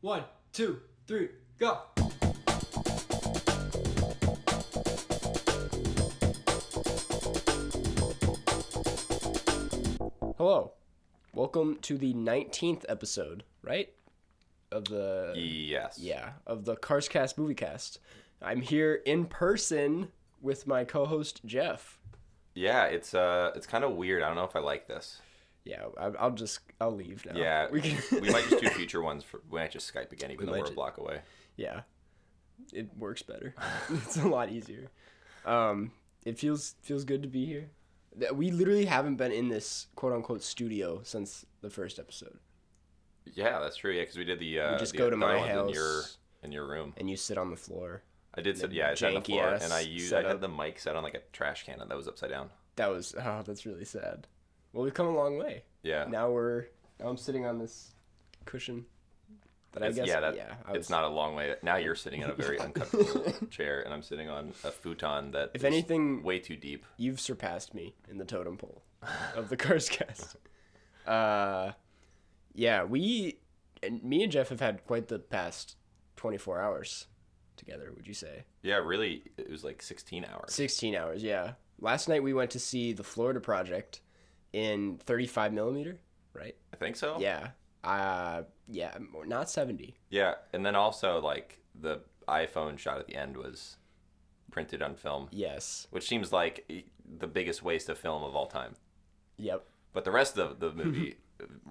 One, two, three, go. Hello. Welcome to the 19th episode, right? Of the Yes. yeah, of the Cars Cast movie cast. I'm here in person with my co-host Jeff. Yeah, it's uh it's kind of weird. I don't know if I like this. Yeah, I, I'll just I'll leave now. Yeah. We We, can might just do future ones for we might just Skype again even though might we're ju- a block away. Yeah. It works better. it's a lot easier. Um it feels feels good to be here. Th- We literally haven't been in this quote-unquote studio since the first episode. Yeah, that's true. Yeah, cuz we did the uh just the- go to the my other ones in your house. in your room. And you sit on the floor. I did sit yeah, I sat on the janky floor ass and I used I setup. had the mic set on like a trash can and that was upside down. That was oh, that's really sad. Well, we've come a long way. Yeah. Now we're now I'm sitting on this cushion. But I It's- guess yeah, that, yeah, I it's not a long way. Now you're sitting in a very uncomfortable chair, and I'm sitting on a futon that If is anything, way too deep. you've surpassed me in the totem pole of the curse cast. Uh, yeah, we and me and Jeff have had quite the past 24 hours together. Would you say Yeah, really, it was like 16 hours. 16 hours? Yeah. Last night we went to see the Florida Project in 35 millimeter, right? I think so. Yeah. Uh, yeah, not 70. Yeah, and then also like the iPhone shot at the end was printed on film, Yes. which seems like e- the biggest waste of film of all time. Yep. But the rest of the movie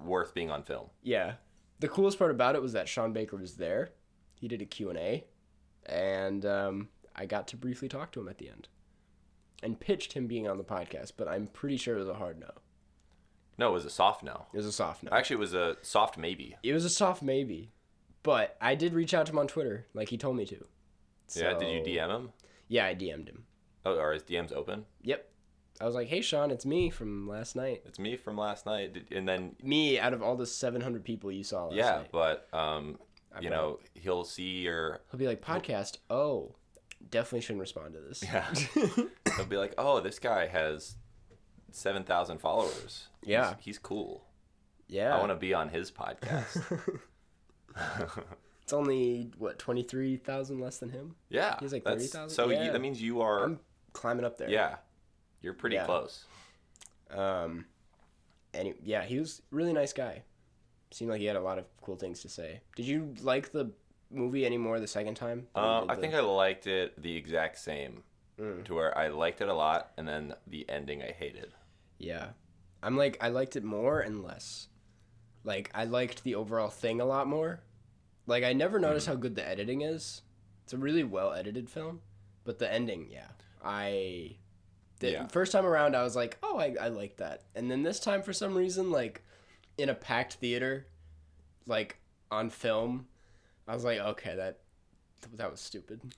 worth being on film. Yeah. The coolest part about it was that Sean Baker was there. He did a Q&A and um, I got to briefly talk to him at the end and pitched him being on the podcast, but I'm pretty sure it was a hard no. No, it was a soft no. It was a soft no. Actually, it was a soft maybe. It was a soft maybe, but I did reach out to him on Twitter like he told me to. yeah, did you So- DM him? Yeah, I DM'd him. Oh, are his DMs open? Yep. I was like, "Hey Sean, it's me from last night." It's me from last night. Did- And then Me out of all the 700 people you saw last yeah, night. but um, you bet. know he'll see your. He'll be like, "Podcast. Oh, definitely shouldn't respond to this." Yeah. he'll be like, oh, this guy has seven thousand followers. He's- Yeah. he's cool. Yeah. I want to be on his podcast. It's only what twenty three thousand less than him. Yeah, He's like that's- 30,000? So Yeah. you, that means you are, I'm climbing up there. yeah, you're pretty Yeah. close. Um. And he, yeah, he was a really nice guy. Seemed like he had a lot of cool things to say. Did you like the movie any more the second time? than you Um, did I the- think I liked it the exact same, Mm. to where I liked it a lot, and then the ending I hated. Yeah. I'm like I liked it more and less. Like I liked the overall thing a lot more. Like I never noticed how good the editing is. It's a really well edited film, but the ending, yeah. I the Yeah. first time around I was like, "Oh, I I like that." And then this time for some reason like in a packed theater like on film, I was like, "Okay, that that was stupid."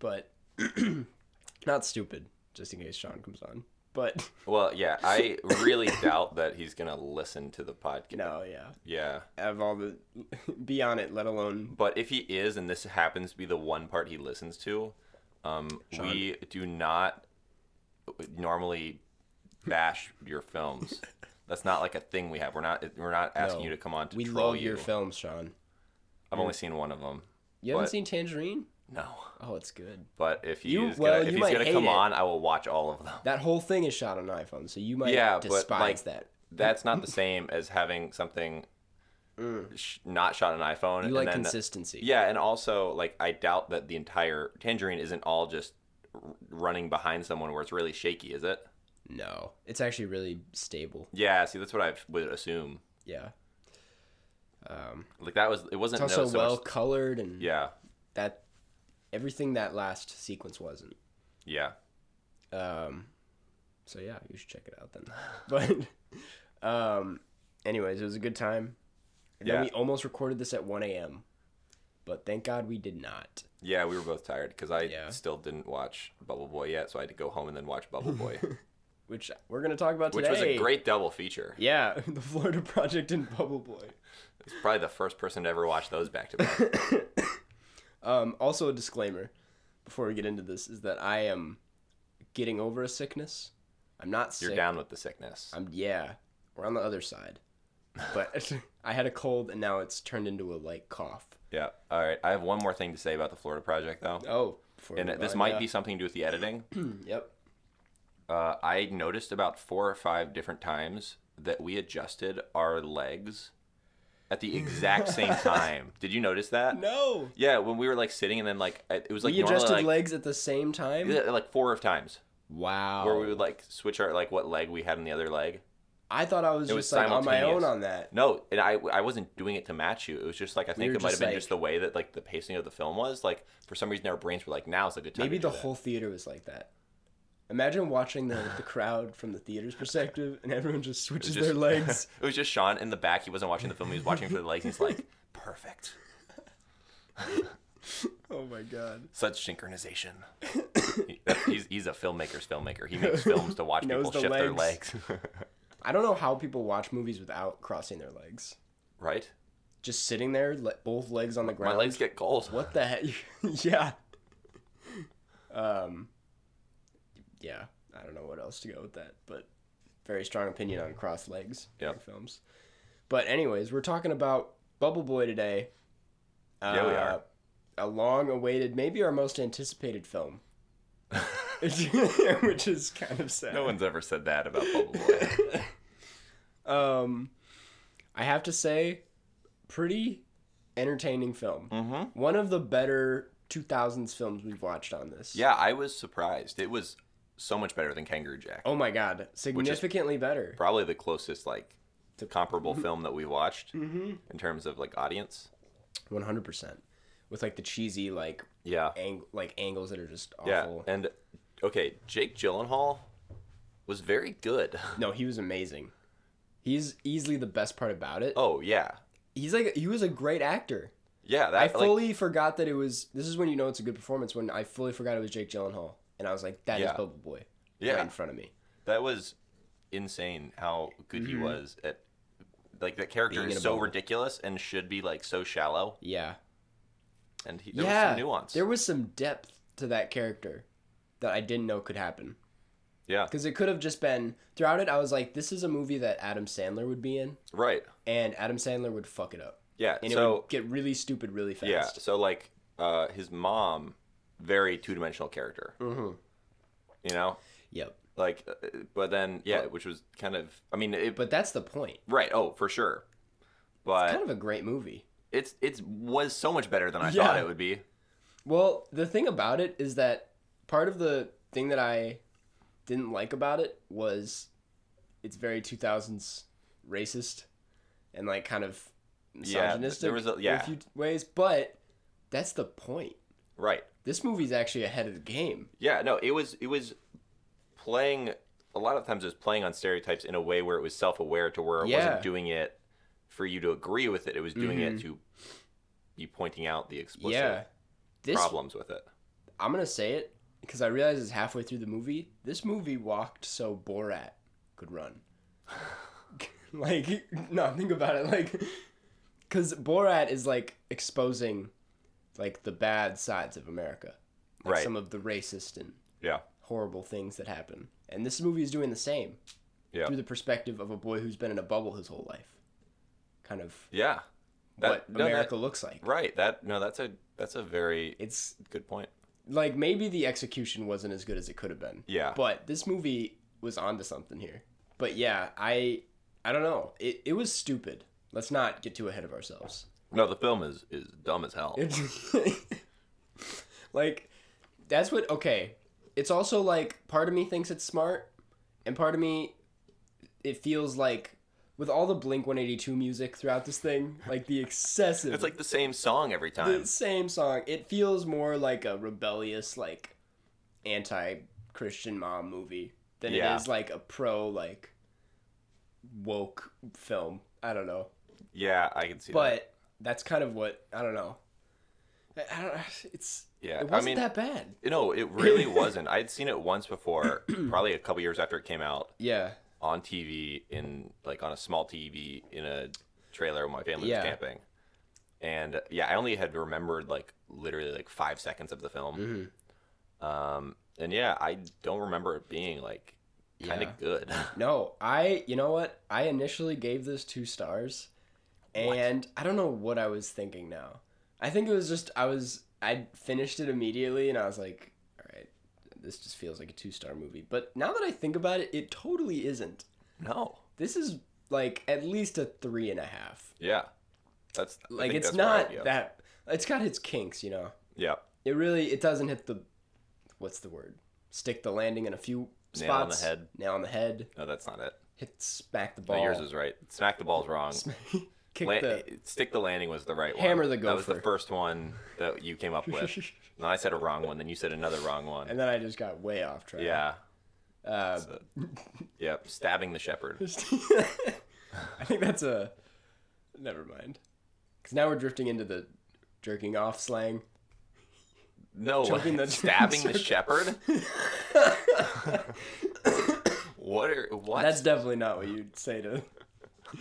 But not stupid, just in case Sean comes on. But Well, yeah, I really doubt that he's gonna listen to the podcast. No, yeah. Yeah, Of all the be on it, let alone but if he is, and this happens to be the one part he listens to, um, we do not normally bash your films. That's not like a thing we have. We're not. We're not asking No. you to come on to we troll love you. your films, Sean. I've only seen one of them. You haven't What? seen Tangerine? No. Oh, it's good. But if he's You- gonna, well, you if he's might gonna hate come it. on, I will watch all of them. That whole thing is shot on an iPhone, so you might Yeah, but, despise like, that. That's not the same as having something sh- not shot on an iPhone. You and like then- uh, consistency. Yeah, and also like I doubt that the entire Tangerine isn't all just r- running behind someone where it's really shaky, is it? No, it's actually really stable. Yeah. See, that's what I would assume. Yeah. Um, Like that was it wasn't it's also no, so much- well colored and Yeah. that everything that last sequence wasn't. Yeah. Um, so yeah, you should check it out then. But, um, anyways, it was a good time. And then Yeah. we almost recorded this at 1 a.m., but thank God we did not. Yeah, we were both tired because I Yeah. still didn't watch Bubble Boy yet, so I had to go home and then watch Bubble Boy, Which we're gonna talk about which today. was a great double feature. Yeah, the Florida Project and Bubble Boy. It's probably the first person to ever watch those back to back. Um, also a disclaimer before we get into this is that I am getting over a sickness. I'm not sick. You're down with the sickness. I'm yeah. We're on the other side. but I had a cold and now it's turned into a light cough. Yeah. All right. I have one more thing to say about the Florida project, though. Oh, before And we it- move this on, might yeah. be something to do with the editing. Hmm, Yep. Uh, I noticed about four or five different times that we adjusted our legs at the exact same time. Did you notice that? No. Yeah, when we were like sitting and then like it was like we normally adjusted like, legs at the same time. yeah, like four of times Wow. where we would like switch our like what leg we had in the other leg. I thought I was It just was like on my own simultaneous. on that. No, and I I wasn't doing it to match you. It was just like I think were it might just, have been like- just the way that like the pacing of the film was. Like for some reason our brains were like now's a good time. Maybe to do the that." whole theater was like that. Imagine watching the, the crowd from the theater's perspective and everyone just switches their legs. it was just Sean in the back. He wasn't watching the film. He was watching for the legs. And he's like, perfect. Oh my god. Such synchronization. He- he's, he's a filmmaker's filmmaker. He makes films to watch Knows people the shift their legs. legs. I don't know how people watch movies without crossing their legs. right? Just sitting there, le- both legs on the My ground. legs get cold. What the heck? yeah. Um. Yeah, I don't know what else to go with that, but very strong opinion on cross legs in Yep. films. But anyways, we're talking about Bubble Boy today. Uh, Yeah, we are. A long-awaited, maybe our most anticipated film, which is kind of sad. No one's ever said that about Bubble Boy. Um, I have to say, pretty entertaining film. Mm-hmm. One of the better 2000s films we've watched on this. Yeah, I was surprised. It was so much better than Kangaroo Jack. Oh my god, significantly better. Probably the closest like comparable Mm-hmm. film that we watched in terms of like audience. 100%. With like the cheesy like Yeah. ang- like angles that are just Yeah. awful. And okay, Jake Gyllenhaal was very good. No, he was amazing. He's easily the best part about it. Oh yeah, He's like he was a great actor. yeah. That I like, fully forgot that it was this is when you know it's a good performance when I fully forgot it was Jake Gyllenhaal and I was like that is Yeah. Bubble Boy. Yeah. Right in front of me. that was insane how good he was at like that character Mm-hmm. Being in a is so bubble. ridiculous and should be like so shallow Yeah. and he, there was some nuance There was some depth to that character that I didn't know could happen. yeah Because it could have just been throughout it, I was like, this is a movie that Adam Sandler would be in, right and Adam Sandler would fuck it up. yeah And it so would get really stupid really fast. yeah so like uh his mom very two-dimensional character Mhm. you know Yep. like uh, but then yeah which was kind of i mean it But that's the point. right oh for sure but Kind of a great movie. it's it's was so much better than i Yeah. thought it would be Well, the thing about it is that part of the thing that I didn't like about it was it's very 2000s racist and like kind of Yeah, misogynistic there was a- in yeah. a few ways, but that's the point. right This movie's actually ahead of the game. Yeah, no, it was it was playing a lot of times it was playing on stereotypes in a way where it was self aware to where it Yeah. Mm-hmm. wasn't doing it for you to agree with it. It was doing it to be pointing out the explicit yeah. This problems with it. I'm going to say it because I realize it's halfway through the movie. This movie walked so Borat could run. like no, think about it like cuz Borat is like exposing like the bad sides of America. Like Right. some of the racist and Yeah. horrible things that happen. And this movie is doing the same Yeah. through the perspective of a boy who's been in a bubble his whole life. Kind of Yeah. That, what no, that- America looks like. right. That no, that's a that's a very It's good point. like maybe the execution wasn't as good as it could have been. Yeah. But this movie was onto something here. But yeah, I I don't know. It it was stupid. Let's not get too ahead of ourselves. No, the film is is dumb as hell. It's like that's what okay. It's also like part of me thinks it's smart and part of me it feels like with all the Blink 182 music throughout this thing, like the excessive It's like the same song every time. the same song. It feels more like a rebellious, like anti-Christian mom movie than Yeah. it is like a pro, like woke film. I don't know, Yeah, I can see that. but that's kind of what I don't know. I, I don't. It's Yeah, It I wasn't mean- that bad. No, it really wasn't. I'd seen it once before, probably a couple years after it came out. Yeah, on TV in like on a small TV in a trailer when my family Yeah. was camping. And uh, yeah, I only had remembered like literally like five Mm-hmm. Mm. Um, seconds of the film. Um, and yeah, I don't remember it being like kind of Yeah. good. No, I you know what? I initially gave this two stars and I don't know what I was thinking now. I think it was just I was I finished it immediately and I was like, all right, this just feels like a two star movie. But now that I think about it, it totally isn't. no. This is like at least a three and a half. Yeah. That's I Like think it's that's where I'd not go. that it's got its kinks, you know. Yeah. It really it doesn't hit the what's the word? Stick the landing in a few Nail on the spots. head. Nail on the head. No, that's not it. Hit smack the No, ball. yours is right. Smack the ball's wrong. kick La- eh, the Stick the landing was the right one. Hammer the That was the gopher. first one that you came up with. and I said a wrong one. Then you said another wrong one. and then I just got way off track. yeah. Uh, So- yep. Stabbing the shepherd. I think that's a. Never mind. Because now we're drifting into the jerking off slang. No. Choking the- stabbing the shepherd. what are what? That's definitely not what you'd say to.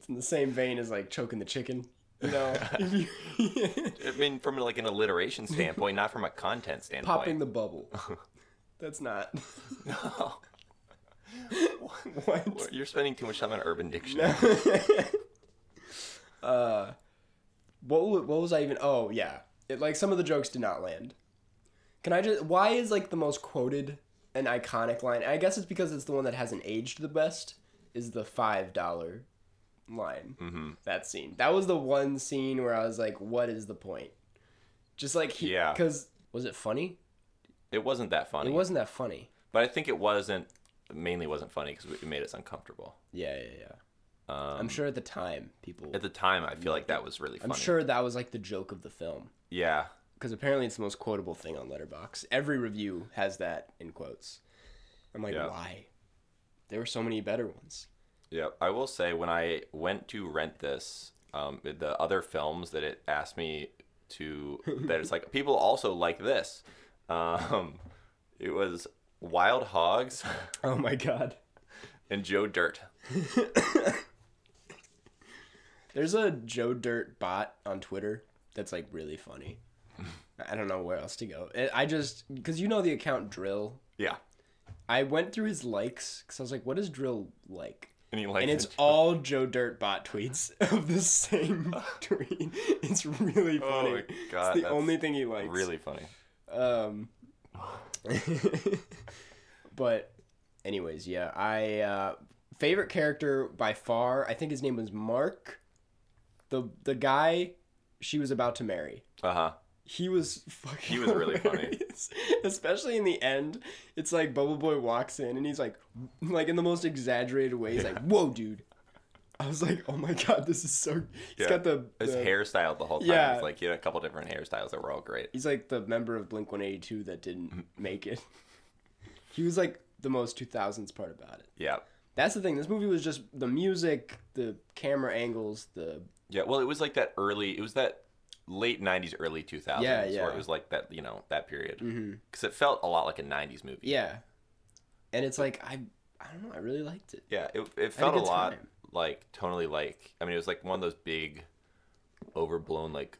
It's in the same vein as like choking the chicken. You know, If you- I mean, from like an alliteration standpoint, not from a content standpoint. popping the bubble. That's not No. what. You're spending too much time on Urban Dictionary. uh, what wa- what was I even? Oh yeah, it like some of the jokes did not land. Can I just? Why is like the most quoted and iconic line? I guess it's because it's the one that hasn't aged the best. Is the five dollar line Mm-hmm. that scene? That was the one scene where I was like, "What is the point?" Just like he, Yeah. Because was it funny? It wasn't that It funny. wasn't that funny. But I think it wasn't mainly wasn't funny because it made us uncomfortable. Yeah, yeah, yeah. Um, I'm sure at the time people. at the time, I feel like that was really funny. I'm sure that was like the joke of the film. Yeah, because apparently it's the most quotable thing on Letterbox. Every review has that in quotes. I'm like, Yeah. why? There were so many better ones. yeah. I will say when I went to rent this, um, the other films that it asked me to, that it's like people also like this. Um, it was Wild Hogs Oh my god. and Joe Dirt. There's a Joe Dirt bot on Twitter that's like really funny. I don't know where else to go. I- I just because you know the account Drill. Yeah, I went through his likes because I was like, what is Drill like? and he likes And it's all Joe Dirt bot tweets of the same tweet. It's really Oh funny. my God, it's the that's only thing he likes. really funny. Um, but, anyways, yeah, I uh, favorite character by far. I think his name was Mark, the the guy she was about to marry. Uh huh. He was fucking. He was really funny. hilarious. especially in the end. It's like Bubble Boy walks in and he's like, like in the most exaggerated way. He's like, "Whoa, dude!" I was like, "Oh my god, this is so." He's Yeah. got the, His the- hairstyle the whole time. Yeah. It's like he had a couple different hairstyles that were all great. He's like the member of Blink 182 that didn't Mm-hmm. make it. He was like the most 2000s part about it. Yeah. That's the thing. This movie was just the music, the camera angles, the Yeah, well, it was like that early. It was that late '90s, early 2000s, Yeah, where yeah. it was like that. You know, that period, because it felt a lot like a '90s movie. yeah. And it's like I I don't know, I really liked it. yeah. It, it felt a good lot time. like totally like. I mean, it was like one of those big, overblown like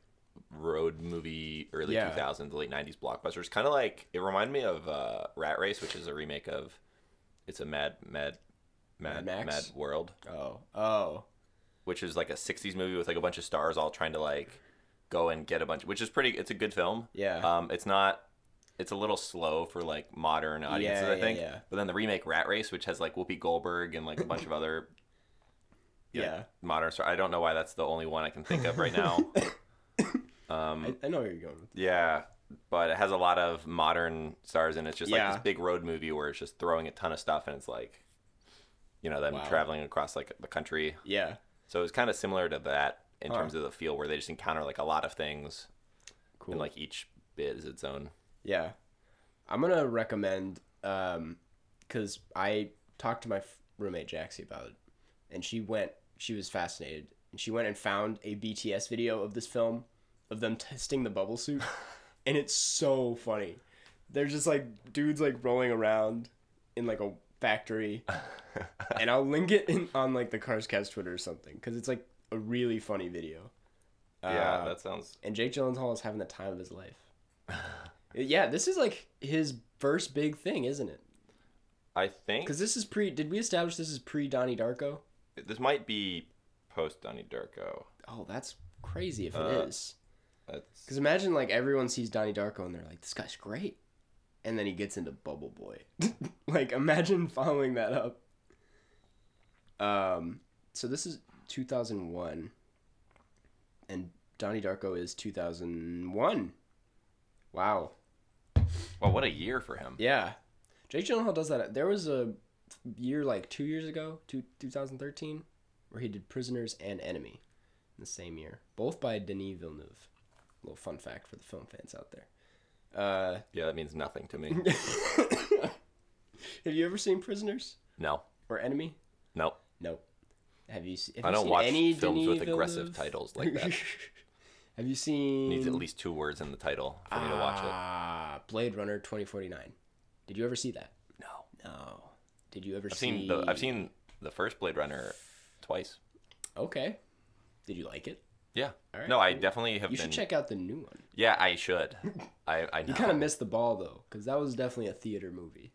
road movie early Yeah. 2000s, late '90s blockbusters. Kind of like it reminded me of uh, Rat Race, which is a remake of. It's a Mad Mad Mad Mad Mad, Max? World, Oh. Oh. which is like a '60s movie with like a bunch of stars all trying to like go and get a bunch, which is pretty. It's a good film. Yeah. Um, it's not. It's a little slow for like modern audiences, Yeah, I yeah, think. yeah. But then the remake Rat Race, which has like Whoopi Goldberg and like a bunch of other yeah. modern stars. I don't know why that's the only one I can think of right now. Um, I, I know where you're going with yeah, but it has a lot of modern stars, and it's just Yeah. like this big road movie where it's just throwing a ton of stuff, and it's like, you know, them Wow. traveling across like the country. Yeah. So it's kind of similar to that in Huh. terms of the feel, where they just encounter like a lot of things, Cool. and like each bit is its own. Yeah. I'm going to recommend um cuz I talked to my f- roommate Jaxie about it and she went she was fascinated and she went and found a BTS video of this film of them testing the bubble suit and it's so funny. They're just like dudes like rolling around in like a factory. and I'll link it in on like the Cars Cast Twitter or something cuz it's like a really funny video. yeah, Uh, that sounds. and Jake Gyllenhaal is having the time of his life. yeah, this is like his first big thing, isn't it? I think Because this is pre. Did we establish this is pre Donnie Darko? this might be post Donnie Darko. Oh, that's crazy if it is. Uh. 'Cause is. That's Because imagine like everyone sees Donnie Darko and they're like, this guy's great, and then he gets into Bubble Boy. like imagine following that up. Um. So this is 2001, and Donnie Darko is 2001. Wow. well, what a year for him. Yeah. Jake Gyllenhaal does that. There was a year like two years ago, two, 2013, where he did Prisoners and Enemy in the same year, both by Denis Villeneuve. little fun fact for the film fans out there. Uh, Yeah, that means nothing to me. have you ever seen Prisoners no, or Enemy? no, Nope. Have you? se- Have I you don't seen watch any films Denis with aggressive Villeneuve? titles like that. have you seen? needs at least two words in the title for me to watch it. Ah, Blade Runner twenty forty nine. Did you ever see that? No, No. Did you ever I've see? seen the I've seen the first Blade Runner twice. Okay. Did you like it? Yeah. All right, no, I cool. definitely have You been. should check out the new one. Yeah, I should. I I You know. kind of missed the ball though, because that was definitely a theater movie.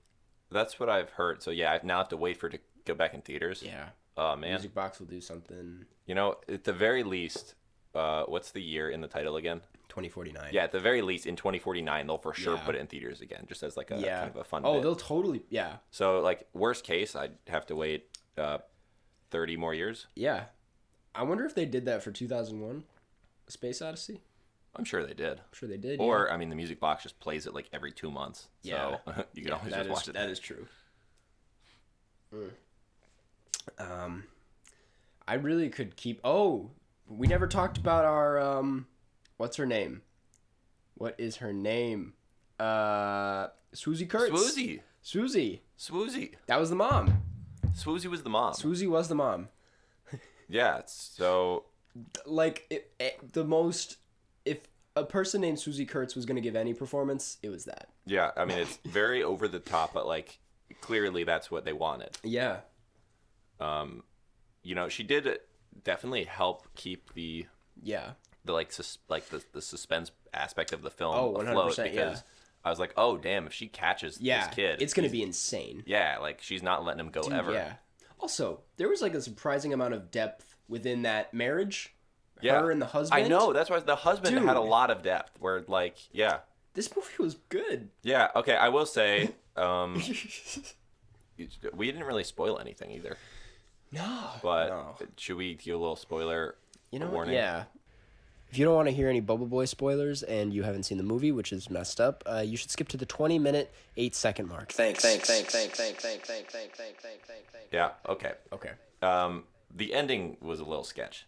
That's what I've heard. So yeah, I now have to wait for it to go back in theaters. Yeah. Oh man. Music Box will do something. You know, at the very least, uh, what's the year in the title again? Twenty forty nine. Yeah, at the very least, in 2049, they'll for sure Yeah. put it in theaters again, just as like a Yeah. kind of a fun. oh, bit. they'll totally. Yeah. So like worst case, I'd have to wait uh, 30 more years. Yeah. I wonder if they did that for two thousand one, Space Odyssey. I'm I'm sure they did. sure they did. Or I mean, the music box just plays it like every two months. Yeah. So you can yeah. always That just is- watch it. that is true. Um, I really could keep. Oh, we never talked about our um, what's her name? What is her name? Uh, Swoozy Kurtz. Swoozy, Swoozy. Swoozy, That was the mom. Swoozy was the mom. Swoozy was the mom. yeah. So Like it, it- the most. If a person named Swoozy Kurtz was gonna give any performance, it was that. yeah, I mean, it's very over the top, but like clearly that's what they wanted. Yeah. You know, she did definitely help keep the Yeah. the like sus- like the, the suspense aspect of the film Oh, afloat 100%, yeah. because I was like, oh damn, if she catches Yeah. this kid, It's gonna he's- be insane. yeah, like she's not letting him go Dude, ever. Yeah. Also, there was like a surprising amount of depth within that marriage. Her and the husband. I know that's why the husband Dude. had a lot of depth. Where like, yeah, This movie was good. yeah, okay. I will say, um, we didn't really spoil anything either. no. But No. should we give a little spoiler? You know, what? warning? yeah. If you don't want to hear any Bubble Boy spoilers and you haven't seen the movie, which is messed up, uh, you should skip to the 20 minute, 8 second mark. Thanks. Thanks. Thanks. Thanks. Thanks. Thanks. Thanks. Thanks. Thanks. Thanks. Thanks. yeah, okay. Okay. Um, the ending was a little sketch.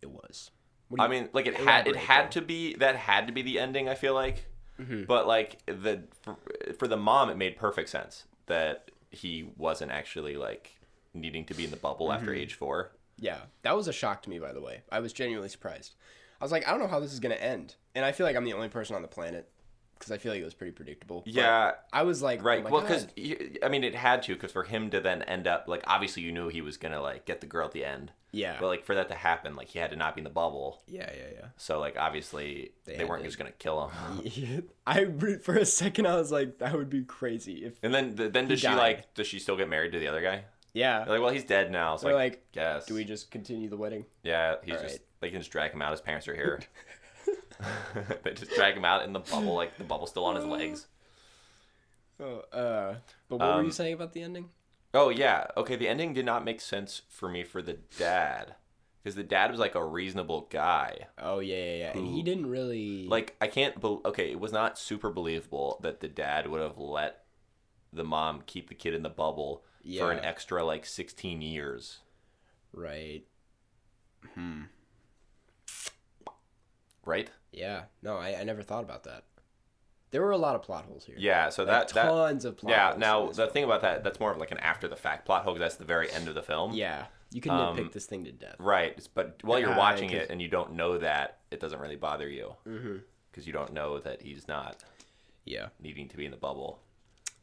It was. What do I you- mean, like it had it Elaborate, had to be that had to be the ending. I feel like, but like the for, for the mom, it made perfect sense that he wasn't actually like needing to be in the bubble after age four. Yeah, that was a shock to me, by the way. I was genuinely surprised. I was like, I don't know how this is going to end. And I feel like I'm the only person on the planet because I feel like it was pretty predictable. But Yeah, I was like, Right. Oh well, because because I mean, it had to because for him to then end up like obviously you knew he was gonna like get the girl at the end, yeah, but like for that to happen, like he had to not be in the bubble. yeah, yeah, So like obviously they, had weren't to- just gonna kill him. yeah. I re- for a second I was like, that would be crazy if. And then th- then does she died. like does she still get married to the other guy? Yeah. They're like, well, he's dead now. So They're like, like, guess Do we just continue the wedding? Yeah, he's just right. they can just drag him out. His parents are here. they just drag him out in the bubble, like the bubble's still on his legs. Oh, uh, but what um, were you saying about the ending? Oh yeah, okay. The ending did not make sense for me for the dad because the dad was like a reasonable guy. Oh yeah, yeah, yeah. And he didn't really like I can't. Be- okay, it was not super believable that the dad would have let the mom keep the kid in the bubble for an Yeah. extra like 16 years. right. Right? Yeah. No, I, I never thought about that. There were a lot of plot holes here. Yeah. So Like, that that tons of plot. yeah. holes in Now this the thing about that that's more of like an after the fact plot hole. 'cause That's the very end of the film. Yeah, you can Um, nitpick this thing to death. Right. But while you're Yeah, watching 'cause- Mm-hmm. it and you don't know that, it doesn't really bother you because you don't know that he's not Yeah, needing to be in the bubble.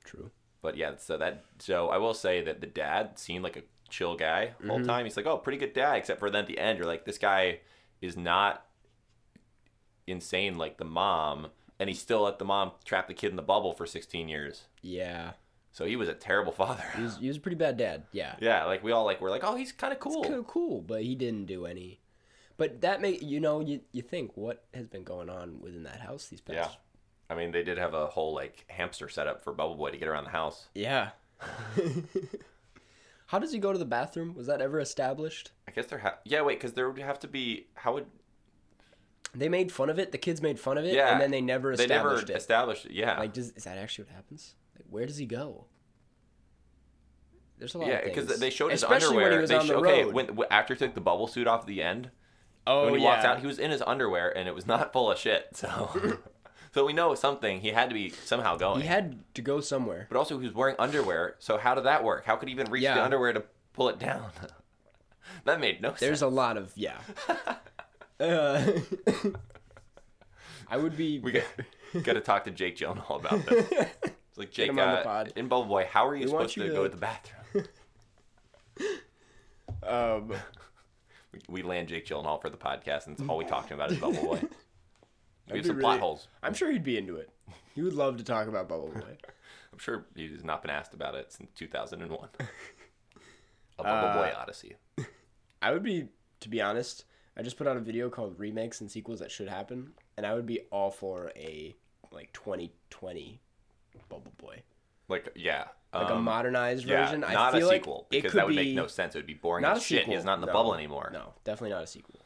true. But yeah, so that so I will say that the dad seemed like a chill guy the whole time. He's like, oh, pretty good dad, except for then at the end, you're like, this guy is not insane like the mom, and he still let the mom trap the kid in the bubble for 16 years. Yeah, So he was a terrible father. He was, he was a pretty bad dad. Yeah. yeah, like we all like we're like, oh, he's kind of cool. Kind of cool, but he didn't do any. But that may you know you you think what has been going on within that house these Yeah, past. I mean they did have a whole like hamster setup for Bubble Boy to get around the house. Yeah. How does he go to the bathroom? Was that ever established? I guess there ha- yeah wait because there would have to be how would They made fun of it. The kids made fun of it, Yeah. and then they never they never established it. established it yeah Like, does is that actually what happens? Like, where does he go? There's a lot. yeah of things. because they showed his Especially underwear When he was they on sho- the okay road. when w- after he took the bubble suit off at the end oh when he yeah. walked out he was in his underwear and it was not full of shit so so we know something he had to be somehow going He had to go somewhere. but also he was wearing underwear so how did that work how could he even reach the Yeah. underwear to pull it down that made no There's sense a lot of yeah. uh, I would be. we got, got to talk to Jake Gyllenhaal about this it's like Jake him on the uh, pod. in Bubble Boy how are want you supposed you to to- go to the bathroom um, We- we land Jake Gyllenhaal for the podcast, and it's all we talked about is Bubble Boy. We have be some plot really- holes. I'm sure he'd be into it. He would love to talk about Bubble Boy. I'm sure he's not been asked about it since 2001. A Bubble Uh, Boy Odyssey. I would be, to be honest, I just put out a video called remakes and sequels that should happen, and I would be all for a like 2020 Bubble Boy, Like, yeah. like a um, modernized yeah, version. I not feel a like sequel, it because could that would be make no sense. It would be boring not a as shit. sequel. He's not in the no, bubble anymore. No, definitely not a sequel.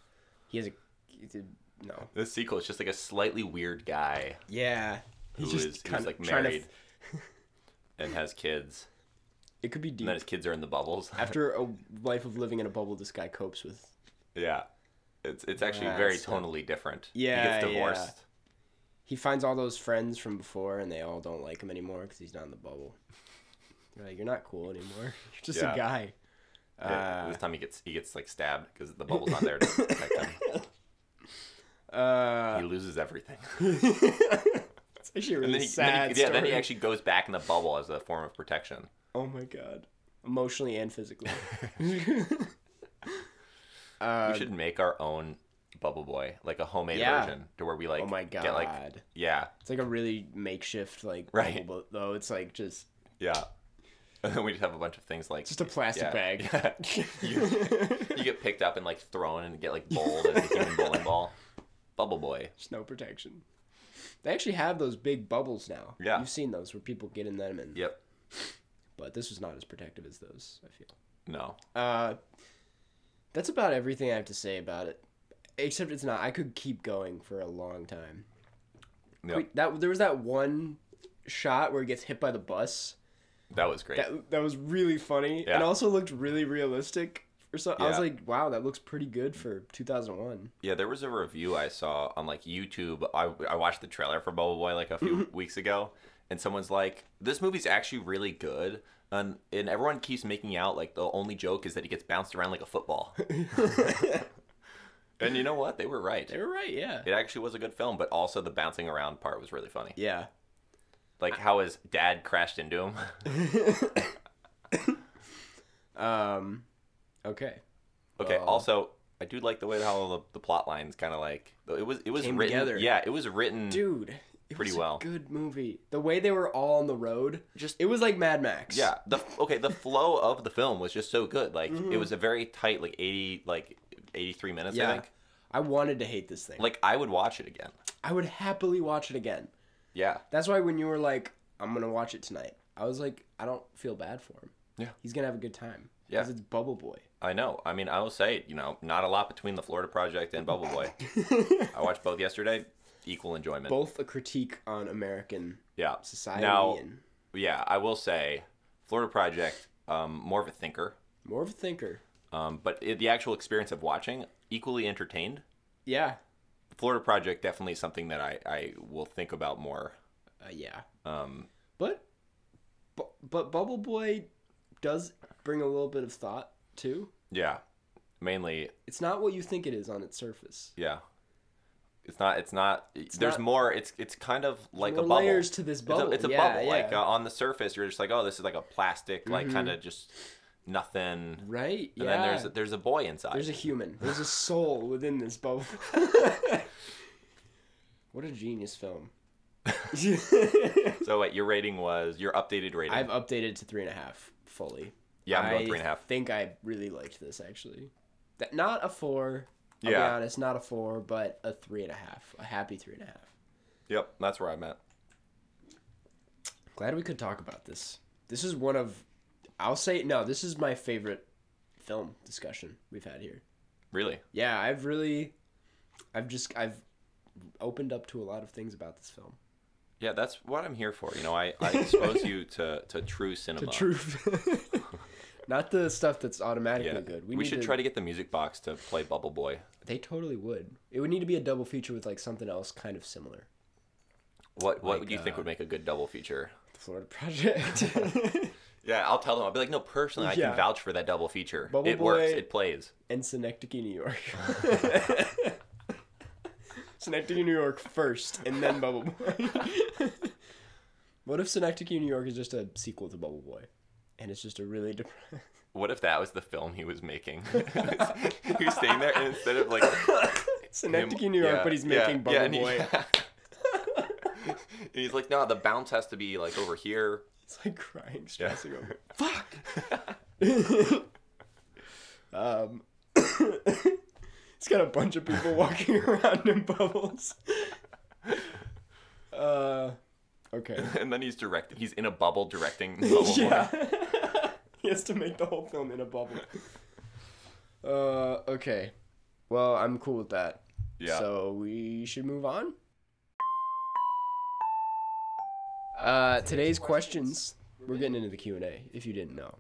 He has a he's a- no. This sequel is just like a slightly weird guy Yeah, who he's is just who's kinda like trying to- married and has kids, It could be deep. and then his kids are in the bubbles. After a life of living in a bubble, this guy copes with. yeah. It's, it's actually Yeah, very it's not- tonally different. He Yeah, gets yeah. divorced. He finds all those friends from before, and they all don't like him anymore because he's not in the bubble. They're like, "You're not cool anymore. You're just Yeah. a guy." Uh. Yeah, this time he gets he gets like stabbed because the bubble's not there to protect him. Uh, He loses everything. it's actually a really And then he, sad then he- yeah, then he story. actually goes back in the bubble as a form of protection. Oh my god, emotionally and physically. Uh, we should make our own bubble boy, like a homemade Yeah. version, to where we like oh my god, get like yeah, it's like a really makeshift like Right. bubble, but though it's like just yeah. And then we just have a bunch of things like just a plastic yeah. bag. you get picked up and like thrown and get like bowled as a human bowling ball. Bubble boy. There's no protection. They actually have those big bubbles now. Yeah. You've seen those where people get in them and Yep. but this was not as protective as those, I feel. No. Uh that's about everything I have to say about it. Except it's not I could keep going for a long time. Yep. Wait, that there was that one shot where he gets hit by the bus. That was great. That that was really funny Yeah. and also looked really realistic. Or so I was Yeah. like, wow, that looks pretty good for 2001. Yeah, there was a review I saw on like YouTube. I, I watched the trailer for Bubble Boy like a few Mm-hmm. weeks ago, and someone's like, "This movie's actually really good," and and everyone keeps making out like the only joke is that he gets bounced around like a football. and you know what? They were right. They were right, yeah. It actually was a good film, but also the bouncing around part was really funny. Yeah. Like how his dad crashed into him. Um okay. okay. Well- also, I do like the way how the, the plot lines kind of like it was it was Came written. together. Yeah, it was written. dude it pretty was a well. good movie the way they were all on the road Just- just it was like mad max Yeah, the okay, the flow of the film was just so good. Like it was a very tight, like eighty, like eighty-three minutes. I Mm-hmm. Yeah. think. i wanted to hate this thing Like I would watch it again. i would happily watch it again Yeah, that's why when you were like i'm gonna watch it tonight i was like i don't feel bad for him Yeah. he's gonna have a good time Yeah. it's bubble boy I know. I mean, I will say, you know, not a lot between the Florida Project and Bubble Boy. I watched both yesterday. Equal enjoyment. both a critique on american yeah. society Now, and yeah, I will say, Florida Project, um, more of a thinker, more of a thinker um, but it, the actual experience of watching, equally entertained. yeah Florida Project definitely is something that I, I will think about more. uh, yeah Um, but bu- but bubble boy does bring a little bit of thought too yeah, mainly it's not what you think it is on its surface Yeah. It's not. It's not. there's not- more. It's it's kind of like more a bubble. layers to this bubble. It's a, it's a Yeah, bubble. Like yeah. uh, on the surface, you're just like, oh, this is like a plastic, like kind of just nothing. And Right? yeah. then there's a, there's a boy inside. There's a human. There's a soul within this bubble. what a genius film. So wait, your rating was your updated rating. I've updated to three and a half fully. Yeah, I'm going I three and a half. think I really liked this actually. That not a four. I'll be Yeah. honest, not a four, but a three and a half. A happy three and a half. Yep, that's where I'm at. Glad we could talk about this. This is one of, I'll say no. This is my favorite film discussion we've had here. Really? Yeah, I've really, I've just I've opened up to a lot of things about this film. Yeah, that's what I'm here for. You know, I, I expose you to, to true cinema. truth. Not the stuff that's automatically Yeah. good. We, need should try to get the music box to play Bubble Boy. They totally would. It would need to be a double feature with like something else kind of similar. What what Like, uh, do you think would make a good double feature? The Florida Project. Yeah, I'll tell them. I'll be like, no, personally, I Yeah. can vouch for that double feature. Bubble it works. Boy- It plays. and Synecdoche, New York. Synecdoche, New York first, and then Bubble Boy. what if Synecdoche, New York is just a sequel to Bubble Boy? And it's just a really depressing. What if that was the film he was making? he was staying there, and instead of like him- Synecdoche, New York, yeah, but he's yeah, making yeah, Bubble and he- Boy. And he's like, no, the bounce has to be like over here. It's like crying, stressing over. Fuck. um, it's got a bunch of people walking around in bubbles. Uh, okay. And then he's directing. He's in a bubble directing. Bubble Oh, Boy. yeah. he has to make the whole film in a bubble. Uh, okay. Well, I'm cool with that. Yeah. So we should move on. Uh, today's questions. We're getting into the Q and A. If you didn't know,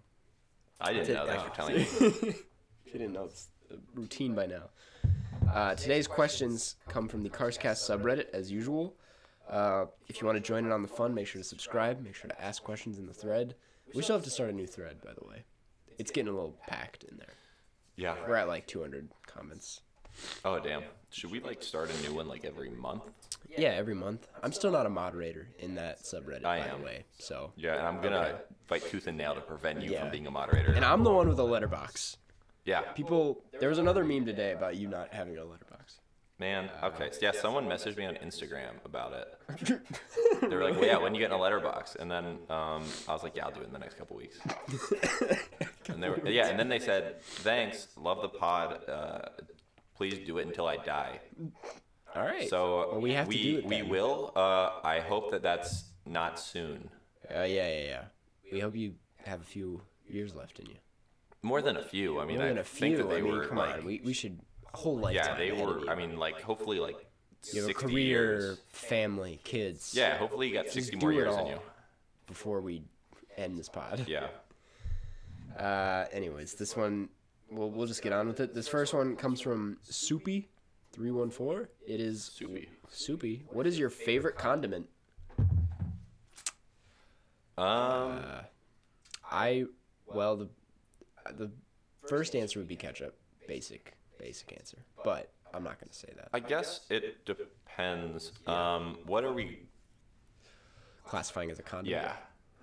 I didn't know. Thanks Oh. for telling me. if you didn't know, it's a routine by now. Uh, today's questions come from the Carscast subreddit, as usual. Uh, if you want to join in on the fun, make sure to subscribe. Make sure to ask questions in the thread. We still have to start a new thread, by the way. It's getting a little packed in there. Yeah. We're at like 200 comments. Oh damn. Should we like start a new one like every month? Yeah, every month. I'm still not a moderator in that subreddit, I by am. the way. So, Yeah, and I'm gonna fight tooth and nail to prevent you Yeah. from being a moderator. and I'm the one with a letterbox. yeah, People, there was another meme today about you not having a letterbox. man. Okay, so yeah. Someone messaged me on Instagram about it. They were like, well, "Yeah, when you get in a letterbox?" And then um, I was like, "Yeah, I'll do it in the next couple weeks." And they were, yeah, and then they said, "Thanks, love the pod. Uh, please do it until I die." All right. So Well, we have to we, do it we then. will. Uh, I hope that that's not soon. Uh, yeah, yeah, yeah. We hope you have a few years left in you. More than a few. I mean, More than I a think few. that they I mean, were come like, on. We, we should a whole lifetime. yeah, they ahead of were. you. I mean, like hopefully like you have a 60 career, years. family, kids. Yeah, hopefully you got 60 do more it years in all. you. Before we end this pod. Yeah. Uh, anyways, this one, we'll, we'll just get on with it. This first one comes from Soupy, three one four. It is Soupy. Soupy. What is your favorite condiment? Uh, Um, I well the the first answer would be ketchup. Basic basic answer. But I'm not gonna say that. I guess it depends. Um, what are we? Classifying as a condiment. Yeah.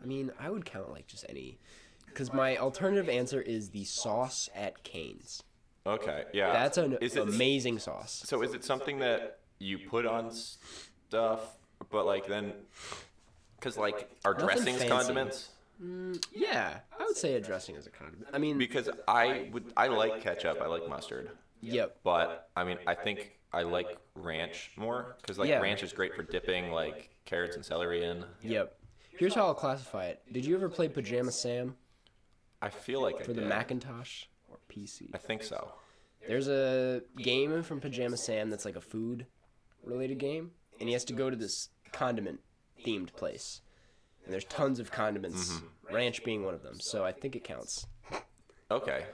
I mean, I would count like just any, because my alternative answer is the sauce at Cane's. Okay. Yeah. That's an Is it- amazing sauce. So is it something that you put on stuff, but like then, because like our Nothing dressings fancy. condiments? Yeah, I would say a dressing as a condiment. I mean, Because I would I like ketchup. I like mustard. yep. But I mean, I think I like ranch more because like Yeah. ranch is great for dipping like carrots and celery in. Yep. Here's how I'll classify it. Did you ever play Pajama Sam I feel like I for the did. Macintosh or PC? I think so. There's a game from Pajama Sam that's like a food related game, and he has to go to this condiment themed place. And there's tons of condiments, Mm-hmm. ranch being one of them. So I think it counts Okay.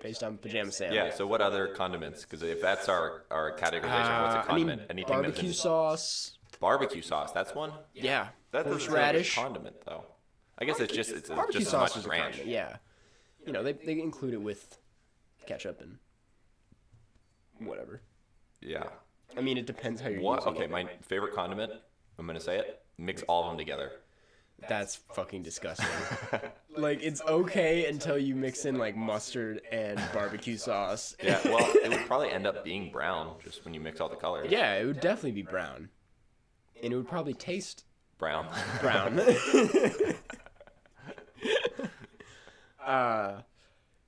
based on Pajama Sam. Yeah. So what other condiments? Because if that's our our Uh, categorization, of what's a I mean, condiment? Anything that's barbecue in sauce. barbecue sauce. That's one. Yeah. That doesn't sound like a Horseradish. condiment though. I guess it's just it's it's Barbecue just as sauce much is as a ranch. condiment, Yeah. You know, they, they include it with ketchup and whatever. Yeah. I mean, it depends how you're What? using Okay. it. My favorite condiment. I'm gonna say it. Mix all of them together. That's fucking disgusting. like, it's okay until you mix in, like, mustard and barbecue sauce. Yeah. Well, it would probably end up being brown just when you mix all the colors. Yeah, it would definitely be brown. and it would probably taste Brown. brown. uh,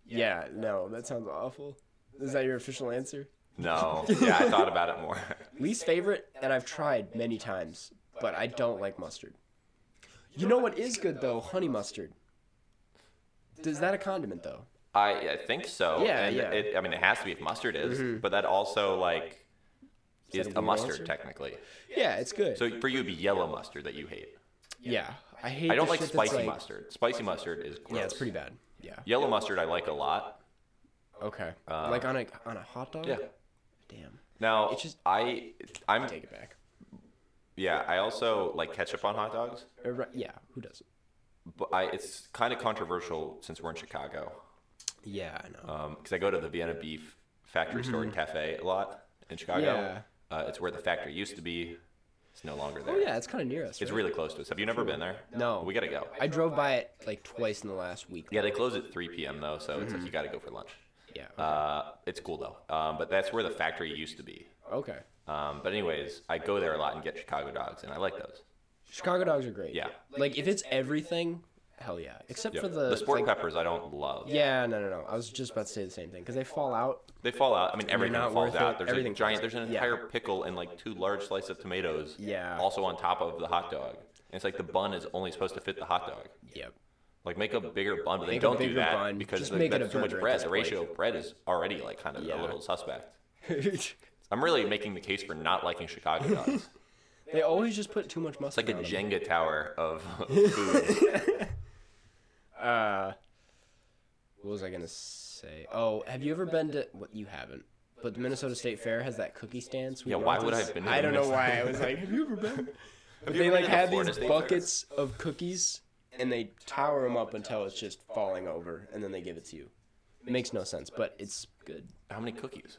yeah, no, that sounds awful. Is that your official answer? no. Yeah, I thought about it more. Least favorite, and I've tried many times, but I don't like mustard. You know what is good though? Honey mustard. Is that a condiment though? I, I think so. Yeah, and yeah. Mm-hmm. It, I mean, it has to be if mustard is, but that also like that is, a a weird mustard answer? technically. Yeah, it's good. So for you, it'd be yellow mustard that you hate. yeah, I hate. I don't the like shit that's spicy mustard. Spicy mustard is gross. Yeah, it's pretty bad. Yeah. Yellow mustard I like a lot. Okay. like on a on a hot dog. Uh, Yeah. Damn. Now It's just- I I'm Take it back. yeah I also like ketchup on hot dogs, Or, ri- yeah. Who doesn't? but I it's kind of controversial since we're in Chicago Yeah, I know. because Um, I go to the Vienna Beef Factory Store and Cafe a lot in Chicago. Mm-hmm. Yeah. Uh, it's where the factory used to be. It's no longer there. oh yeah, it's kind of near us. It's right? really close to us. Have you never been there? No. We gotta go. I drove by it like twice in the last week. Yeah, they close at 3 p.m. though, so it's like Mm-hmm. you gotta go for lunch. Yeah. Uh, it's cool though. Um, but that's where the factory used to be. okay. Um, but anyways, I go there a lot and get Chicago dogs, and I like those. Chicago dogs are great. Yeah. Like if it's everything, hell yeah. Except Yeah. for the sport like- peppers, I don't love. Yeah, no, no, no. I was just about to say the same thing because they fall out. They fall out. I mean, everything not falls worth out. it. There's Everything a giant. falls There's an out. Yeah. entire pickle and like two large slices of tomatoes. Yeah. Also on top of the hot dog. And it's like the bun is only supposed to fit the hot dog. Yep. Like make a bigger bun, but they Make a don't do bigger that bun. because Just the- make it that's a too much burger at bread. this The point. ratio of bread is already like kind of a Yeah. little suspect. I'm really making the case for not liking Chicago dogs. It's they always just put too much mustard. like a on them. Jenga tower of food. Uh, what was I gonna say? Oh, have you ever been to? What you haven't. But the Minnesota State Fair has that cookie stand. sweet Yeah, why would I notice. have been to I the don't know why. Minnesota- I was like, have you ever been? But you they ever like been to have Florida these State Fair? buckets of cookies, and they tower them up until it's just falling over, and then they give it to you. It makes no sense, but it's good. How many cookies?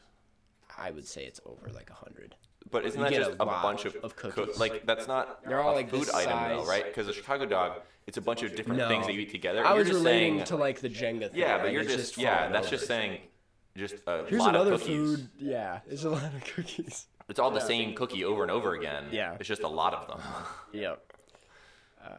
I would say it's over like a hundred. But isn't You that get just a a, lot bunch of, of coo- cookies. like that's not They're all a like food this item though, size. right? Because a Chicago dog, it's a bunch of different things that you eat together. I You're was just relating saying- to like the Jenga. Thing, yeah, like, but you're it's just, yeah. falling That's over. just saying just a Here's lot another of cookies. food. Yeah, it's a lot of cookies. It's all the same cookie over and over again. Yeah. it's just a lot of them. Yep. Uh,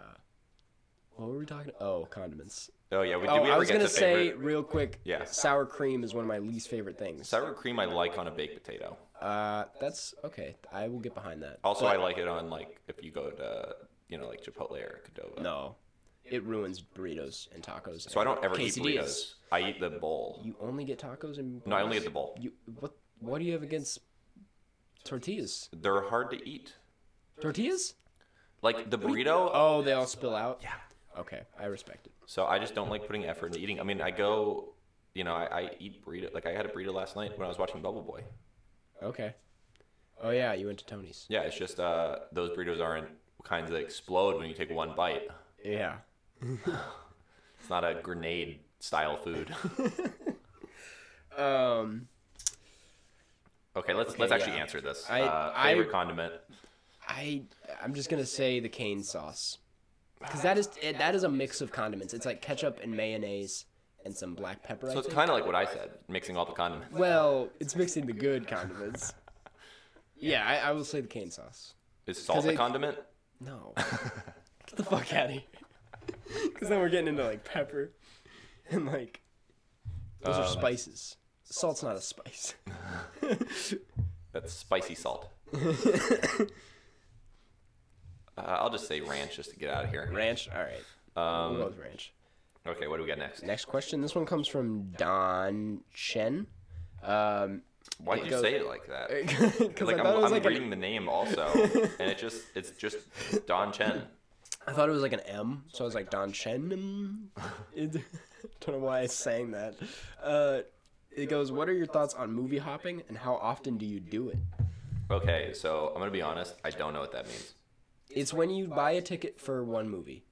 what were we talking? Oh, condiments. oh yeah, we, did Oh, we I ever was get gonna to say favorite? real quick. Yeah. Sour cream is one of my least favorite things. sour cream. I like on a baked potato. Uh, that's okay. I will get behind that. Also, But I like it on like if you go to you know like Chipotle or Cordova. no. It ruins burritos and tacos. So I don't ever eat quesadillas. burritos. I eat the bowl. You only get tacos and No, I only burritos? get the bowl. You what? What do you have against tortillas? They're hard to eat. Tortillas? Like the burrito, Oh, they all spill out. Yeah. Okay, I respect it. So I just don't like putting effort into eating. I mean, I go, you know, I, I eat burrito. Like I had a burrito last night when I was watching Bubble Boy. Okay. Oh yeah, you went to Tony's. Yeah, it's just uh, those burritos aren't kinds that explode when you take one bite. Yeah. It's not a grenade style food. Um. Okay, let's let's actually yeah. answer this. I- uh, I- favorite condiment. I I'm just gonna say the cane sauce, because that is it, that is a mix of condiments. It's like ketchup and mayonnaise and some black pepper. I So it's think. kind of like what I said, mixing all the condiments. well, it's mixing the good condiments. Yeah, I, I will say the cane sauce. Is salt a it- condiment? No, get the fuck out of here. Because then we're getting into like pepper and like those are spices. Salt's not a spice. That's spicy salt. uh, I'll just say ranch just to get out of here. Ranch. All right. Um, we'll go with ranch. Okay, what do we got next? Next question. This one comes from Don Chen. Um, Why would it you goes- say it like that? Because like I I'm, thought it was I'm like reading an, the name also, and it just it's just Don Chen. I thought it was like an M, so I was like Don Chen. It, don't know why I sang that. Uh, it goes. What are your thoughts on movie hopping, and how often do you do it? Okay, so I'm gonna be honest. I don't know what that means. It's when you buy a ticket for one movie,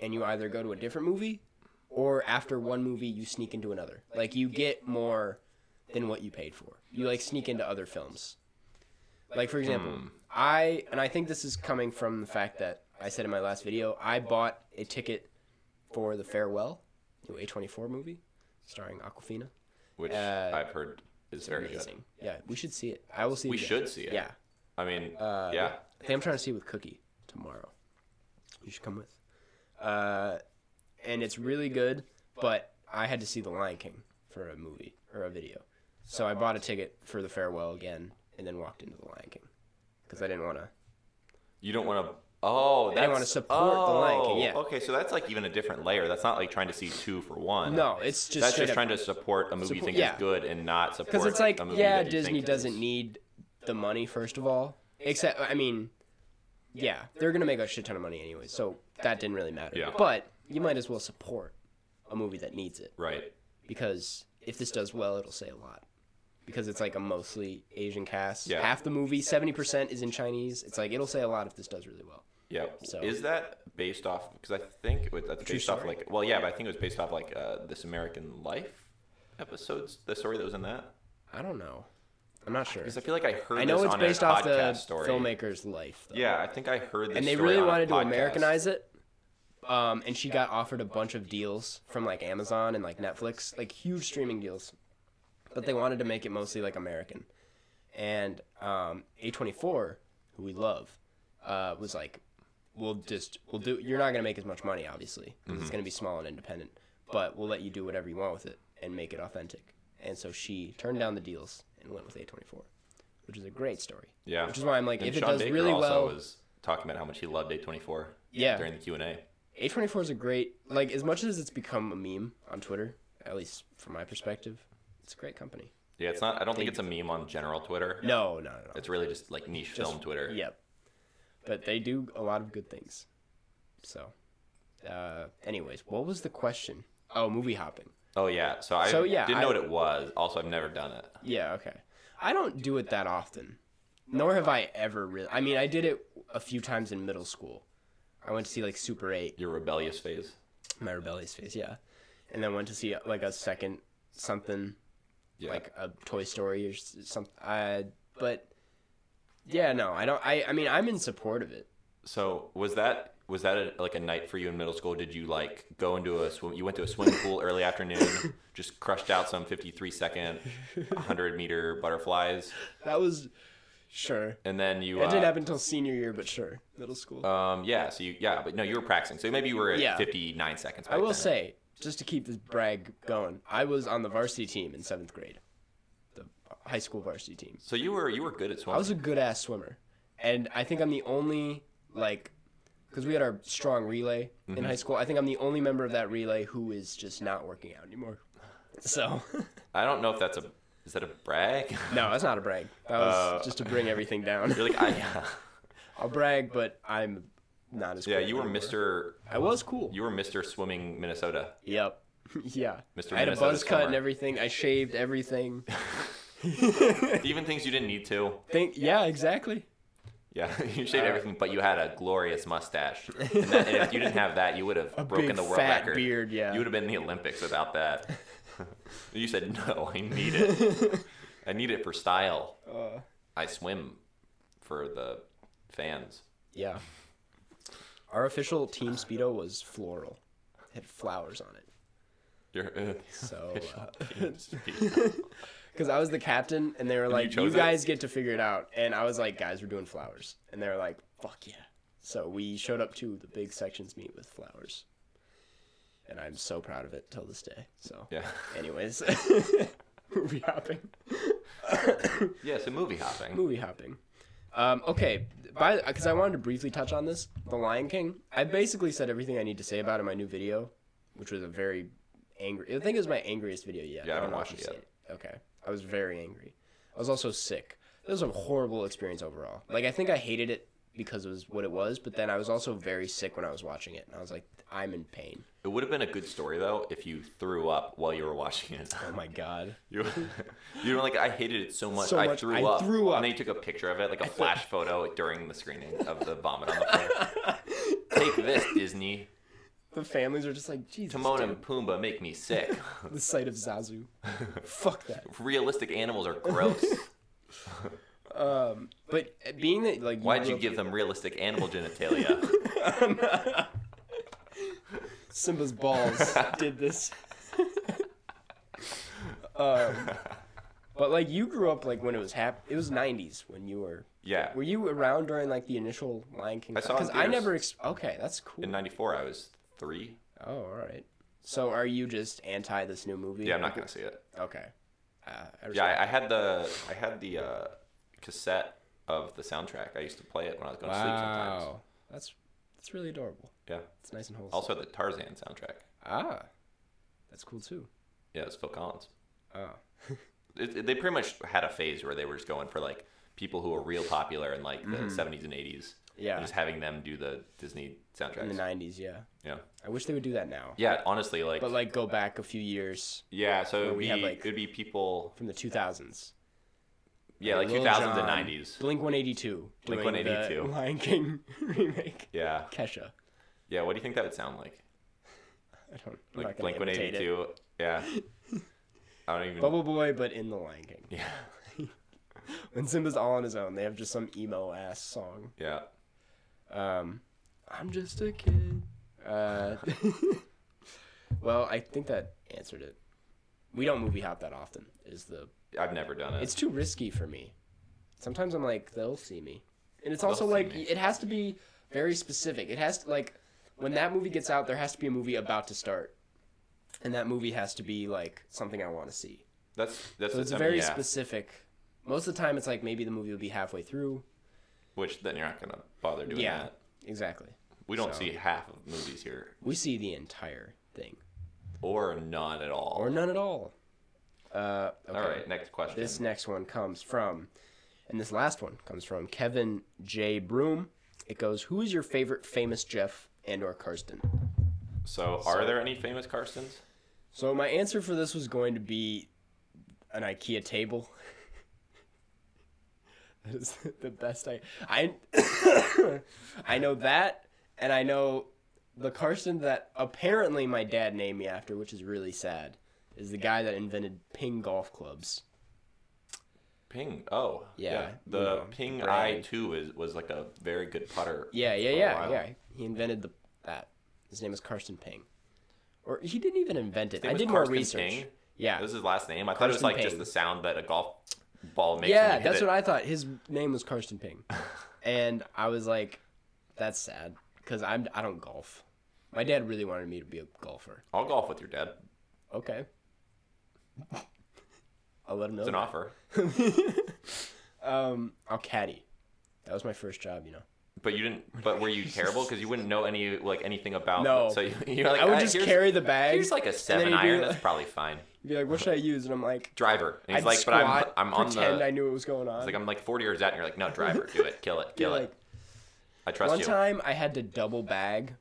and you either go to a different movie, or after one movie you sneak into another. Like you get more than what you paid for. You like sneak into other films. Like for example, I and I think this is coming from the fact that I said in my last video I bought a ticket for the farewell, new A24 movie, starring Aquafina. Which Uh, I've heard is very good. Amazing. Yeah, Uh, we should see it. I will see. We it again. should see it. Yeah. I mean, yeah. I think I'm trying to see with Cookie tomorrow. You should come with. Uh, and it's really good, but I had to see The Lion King for a movie or a video. So I bought a ticket for the farewell again and then walked into The Lion King because I didn't want to. You don't want to. Oh, that's, didn't wanna support the Lion King, oh, yeah. Okay, so that's like even a different layer. That's not like trying to see two for one. No, it's just that's straight just up- trying to support a movie you Support- think yeah. is good and not support. Because it's like, a movie yeah, that you Disney think doesn't need the money, first of all. Except, I mean, yeah, they're going to make a shit ton of money anyway, so that didn't really matter. Yeah. But you might as well support a movie that needs it. Right. Because if this does well, it'll say a lot. Because it's like a mostly Asian cast. Yeah. Half the movie, 70% is in Chinese. It's like, it'll say a lot if this does really well. Yeah. So- Is that based off? Because I think it was, that's based off story. like. Well, yeah, but I think it was based off like uh, this American Life episodes. The story that was in that. I don't know. I'm not sure. Because I feel like I heard. I know this it's on based a off the podcast story. filmmaker's life. Though. Yeah, I think I heard. This and they story really on a wanted to podcast. Americanize it. Um, and she got offered a bunch of deals from like Amazon and like Netflix, like huge streaming deals, but they wanted to make it mostly like American. And um, A24, who we love, uh, was like, "We'll just we'll do. You're not gonna make as much money, obviously. 'cause Mm-hmm. It's gonna be small and independent, but we'll let you do whatever you want with it and make it authentic." And so she turned down the deals and went with A24, which is a great story. Yeah. Which is why I'm like, And if it Sean does Baker really also well, was talking about how much he loved A24. Yeah. During the Q and A. A24 is a great, like, as much as it's become a meme on Twitter, at least from my perspective, it's a great company. Yeah, it's not. I don't think it's a meme on general Twitter. No, no, no. no. It's really just like niche film Twitter. Yep. But they do a lot of good things. So, uh, anyways, what was the question? Oh, movie hopping. Oh yeah. So I So, yeah, didn't I- know what it was. Also, I've never done it. Yeah, okay. I don't do it that often, nor have I ever really. I mean, I did it a few times in middle school. I went to see, like, Super 8 Your rebellious phase. my rebellious phase, yeah. And then went to see like a second something, Yeah. like a Toy Story or something. I but yeah, no, I don't. I I mean, I'm in support of it. So was that was that a, like a night for you in middle school? Did you like go into a swim? You went to a swimming pool early afternoon, just crushed out some 53 second, 100 meter butterflies, That was sure. and then you. That didn't uh, happen until senior year, but sure, middle school. Um. Yeah. So you. Yeah. But no, you were practicing. So maybe you were at Yeah. 59 seconds. I back will then. say, just to keep this brag going, I was on the varsity team in seventh grade, the high school varsity team. So you were you were good at I swimming. was a good ass swimmer, and I think I'm the only like, because we had our strong relay in high school. I think I'm the only member of that relay who is just not working out anymore. So, I don't know if that's a is that a brag. no, that's not a brag. That was Uh, just to bring everything down. You're like I. Yeah. I'll brag, but I'm not as. Yeah. cool You were anymore. Mr. I was cool. You were Mr. Swimming Minnesota. Yep. yeah. Mr. I had a Minnesota buzz cut and swimmer. everything. everything. I shaved everything. Even things you didn't need to. Think. Yeah. Exactly. Yeah, you shaved everything, but you had a glorious mustache. And, that, and if you didn't have that, you would have broken big the world fat record. beard, yeah. You would have been in the Olympics without that. you said no. I need it. I need it for style. Uh. I swim for the fans. Yeah. Our official team speedo was floral. It had flowers on it. You're, uh, So, you because I was the captain, and they were like, "You, chose it? guys get to figure it out," and I was like, "Guys, we're doing flowers," and they were like, "Fuck yeah!" So we showed up to the big sections meet with flowers, and I'm so proud of it till this day. So, yeah. anyways, movie hopping, Yeah. So movie hopping. movie hopping. Um, okay, by because I wanted to briefly touch on this, The Lion King. I basically said everything I need to say about it in my new video, which was a very angry. I think it was my angriest video yet. Yeah, I haven't don't know if watched you've it yet. seen Okay. I was very angry. I was also sick. It was a horrible experience overall. Like I think I hated it because it was what it was, but then I was also very sick when I was watching it, and I was like, I'm in pain. It would have been a good story though if you threw up while you were watching it. Oh my god. You, you were like, I hated it so much. So I, much, Threw I up. threw up. And then you took a picture of it, like a flash photo during the screening of the vomit on the floor. Take this, Disney. The families are just like, Jesus, Timon dude, and Pumbaa make me sick. the sight of Zazu. Fuck that. Realistic animals are gross. But uh, being that like, Why'd you grew up- give them realistic animal genitalia? Simba's balls did this. um, but like you grew up like when it was hap- it was 90s when you were Yeah. Were you around during like the initial Lion King? I saw it in I theaters. never. Ex- okay, that's cool. In '94, I was three. oh, all right. So are you just anti this new movie? Yeah, I'm not gonna see it. Okay. Uh, I Yeah, respect- I, I had the I had the uh, cassette of the soundtrack. I used to play it when I was going to sleep sometimes. wow. That's that's really adorable. Yeah. It's nice and wholesome. Also the Tarzan soundtrack. ah, that's cool too. Yeah, it's Phil Collins. Oh. It, it- they pretty much had a phase where they were just going for like people who were real popular in like the 70s and 80s. Mm-hmm. Yeah. And just having them do the Disney In the soundtracks. '90s, yeah. Yeah. I wish they would do that now. Yeah, honestly, like, But like, go back a few years yeah, so it would we be have, like- it would be people from the 2000s. yeah, like Lil 2000s Jon, and 90s. Blink 182. Blink doing the 182. Lion King remake. Yeah. Kesha. Yeah, what do you think that would sound like? I don't. I'm Like not gonna Blink imitate it. 182. Yeah. I don't even Bubble Boy, but in the Lion King. Yeah. When Simba's all on his own, they have just some emo ass song. Yeah. Um, I'm just a kid. Uh, well, I think that answered it. We don't movie hop that often. Is the I've never done it. it's too risky for me. Sometimes I'm like they'll see me, and it's also see like me. it has to be very specific. It has to like when that movie gets out, there has to be a movie about to start, and that movie has to be like something I want to see. that's that's So it's I mean, very yeah, specific. Most of the time, it's like maybe the movie will be halfway through. which then you're not going to bother doing yeah, that. exactly. We don't So- see half of movies here We see the entire thing, or none at all. or none at all. Uh, okay. All right, next question. This next one comes from, and this last one comes from Kevin J. Broom. It goes, "Who is your favorite famous Jeff and/or Karsten?" So, are there any famous Karstens? So my answer for this was going to be an IKEA table. that is the best I I I know that, and I know the Karsten that apparently my dad named me after, which is really sad. Is the guy that invented ping golf clubs. Ping. Oh, Yeah, The you know, Ping brand. I too is was like a very good putter. Yeah, yeah, for a yeah, while. yeah. He invented the that. His name is Carsten Ping, or he didn't even invent it. name I was did Carsten more research. Ping? Yeah, This is his last name. I thought it was Karsten like just Ping. the sound that a golf ball makes. yeah, that's what I thought. His name was Carsten Ping, and I was like, "That's sad," because I'm I don't golf. My dad really wanted me to be a golfer. I. I'll golf with your dad. Okay, I'll let him know. It's an offer, Um, I'll caddy. That was my first job, you know. but you didn't. But were you terrible because you wouldn't know any like anything about? No. So you, you're like I would "Ah, just here's, carry the bag. Here's like a seven he'd be iron. like- That's probably fine. Be like, "What should I use?" And I'm like, Driver. And he's I'd like, squat, but I'm I'm on pretend the. I knew what was going on. It's like I'm like 40 years out, and you're like, no, driver, do it, kill it, kill You're it. like, I trust One you. time I had to double bag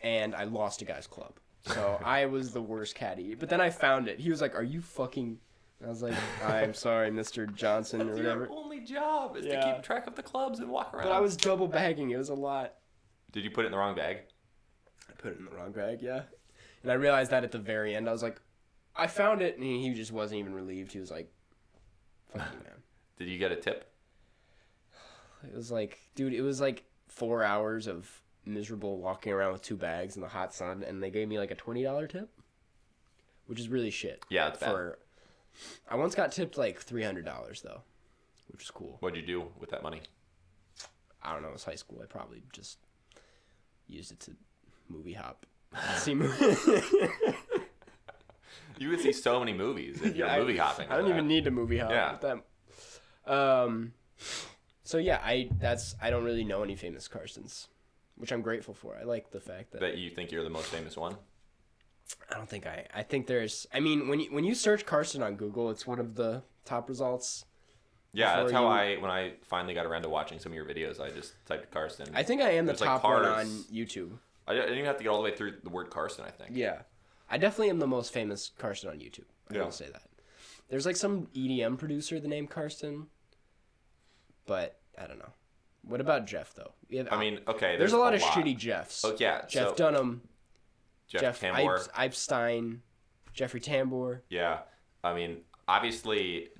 and I lost a guy's club. So I was the worst caddy. But then I found it. He was like, Are you fucking. I was like, I'm sorry, Mr. Johnson or whatever. Your only job is to Yeah. keep track of the clubs and walk around. But I was double bagging. It was a lot. Did you put it in the wrong bag? I put it in the wrong bag, yeah. And I realized that at the very end. I was like, I found it. And he just wasn't even relieved. He was like, Fuck you, man. Did you get a tip? It was like, dude, it was like four hours of miserable walking around with two bags in the hot sun. And they gave me like a $20 tip, which is really shit. Yeah, it's bad. for I once got tipped like three hundred dollars though, which is cool. What'd you do with that money? I don't know, it was high school. I probably just used it to movie hop. See movie. You would see so many movies if you're Yeah, I- movie hopping. I don't even need to movie hop. Yeah. with That. Um. So yeah, I that's I don't really know any famous Carsons, which I'm grateful for. I like the fact that, that you think you're the most famous one. I don't think I I think there's I mean when you when you search Carson on Google, it's one of the top results. Yeah, that's Before how you- I when I finally got around to watching some of your videos, I just typed Karsten. I think I am the There's, like, top one on cars. YouTube. I didn't even have to get all the way through the word Karsten. I think. Yeah. I definitely am the most famous Karsten on YouTube. I Yeah. will say that. There's like some EDM producer the name Karsten, but I don't know. What about Jeff though? We have- I mean, okay. there's, a lot of shitty Jeffs. Oh yeah, Jeff so, Dunham, Jeff, Jeff Ibe- Tambor. Epstein, Jeffrey Tambor. Yeah, I mean, obviously,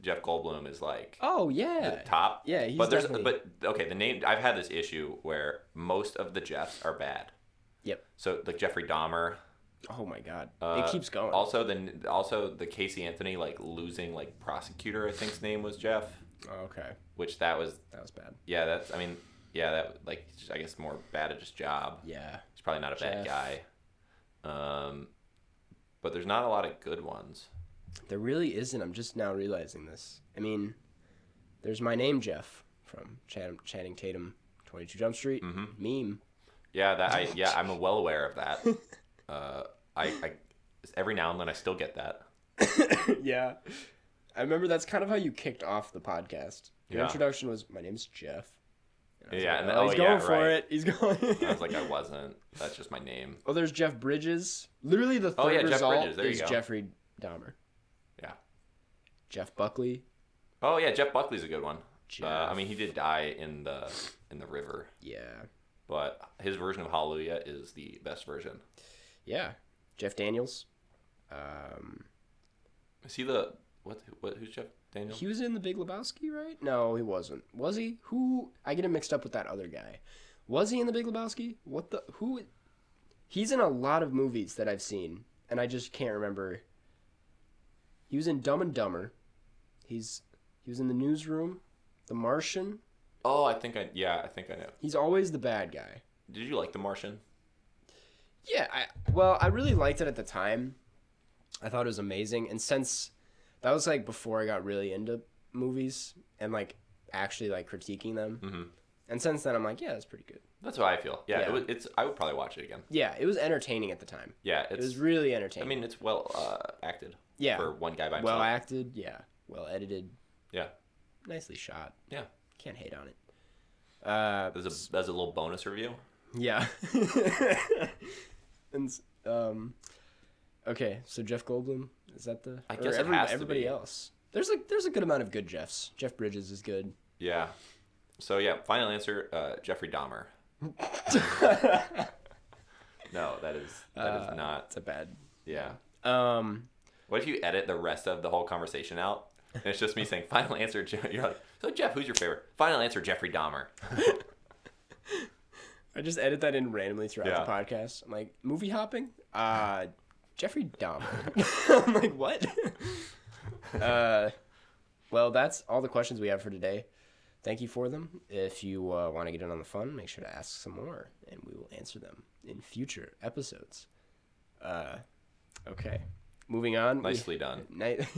Jeff Goldblum is like Oh yeah. top. Yeah, he's but there's definitely- but okay, the name I've had this issue where most of the Jeffs are bad. Yep. So like Jeffrey Dahmer. Oh my god. uh, it keeps going. Also the also the Casey Anthony like losing like prosecutor I think's name was Jeff. Oh, okay, which that was that was bad. yeah that's I mean yeah that like I guess more bad at his job. Yeah, He's probably not a bad Jeff. guy. Um, but there's not a lot of good ones. there really isn't. I'm just now realizing this. I mean, there's my name Jeff from Chan- Channing Tatum, 22 Jump Street Mm-hmm. meme. Yeah, that I yeah I'm well aware of that. Uh, I, I every now and then I still get that. yeah. I remember that's kind of how you kicked off the podcast. Your Yeah. introduction was, "My name's Jeff." And I was Yeah, like, and then- "Oh, oh, he's yeah, going for right. it. He's going. I was like uh, I wasn't. That's just my name. oh, there's Jeff Bridges. Literally, the third Oh, yeah, Jeff result Bridges. There you is go. Jeffrey Dahmer, Yeah. Jeff Buckley. Oh yeah, Jeff Buckley's a good one. Uh, I Jeff. mean, he did die in the in the river, Yeah, but his version of Hallelujah is the best version. yeah, Jeff Daniels. Um, Is he the what? What? Who's Jeff Daniel? he was in The Big Lebowski, right? No, he wasn't. Was he? Who? I get him mixed up with that other guy. Was he in The Big Lebowski? What the? Who? He's in a lot of movies that I've seen, and I just can't remember. He was in Dumb and Dumber. He's he was in The Newsroom, The Martian. Oh, I think I yeah, I think I know. He's always the bad guy. Did you like The Martian? Yeah, I well, I really liked it at the time. I thought it was amazing, and since that was like before I got really into movies and like actually like critiquing them, Mhm. and since then I'm like, yeah, it's pretty good. That's how I feel. Yeah, Yeah. It was, it's I would probably watch it again. Yeah, it was entertaining at the time. Yeah, It was it's really I entertaining. mean it's well uh, acted. yeah, For one guy by himself. well acted, yeah, well edited, yeah. nicely shot. Yeah. Can't hate on it. Uh, There's a there's a little bonus review. yeah. and um, okay, so Jeff Goldblum is that the? I or guess it every- has to everybody be. else. There's like there's a good amount of good Jeffs. Jeff Bridges is good. Yeah. So yeah, final answer, uh, Jeffrey Dahmer. No, that is that Uh, is not That's a bad. yeah. Um, What if you edit the rest of the whole conversation out? And it's just me saying final answer. Je-" You're like, so Jeff, who's your favorite? Final answer, Jeffrey Dahmer. I just edit that in randomly throughout Yeah. the podcast. I'm like movie hopping. Uh, Jeffrey Dahmer. I'm like what? uh, well, that's all the questions we have for today. Thank you for them. If you uh, want to get in on the fun, make sure to ask some more, and we will answer them in future episodes. Uh, okay, moving on. we- Nicely done. Night.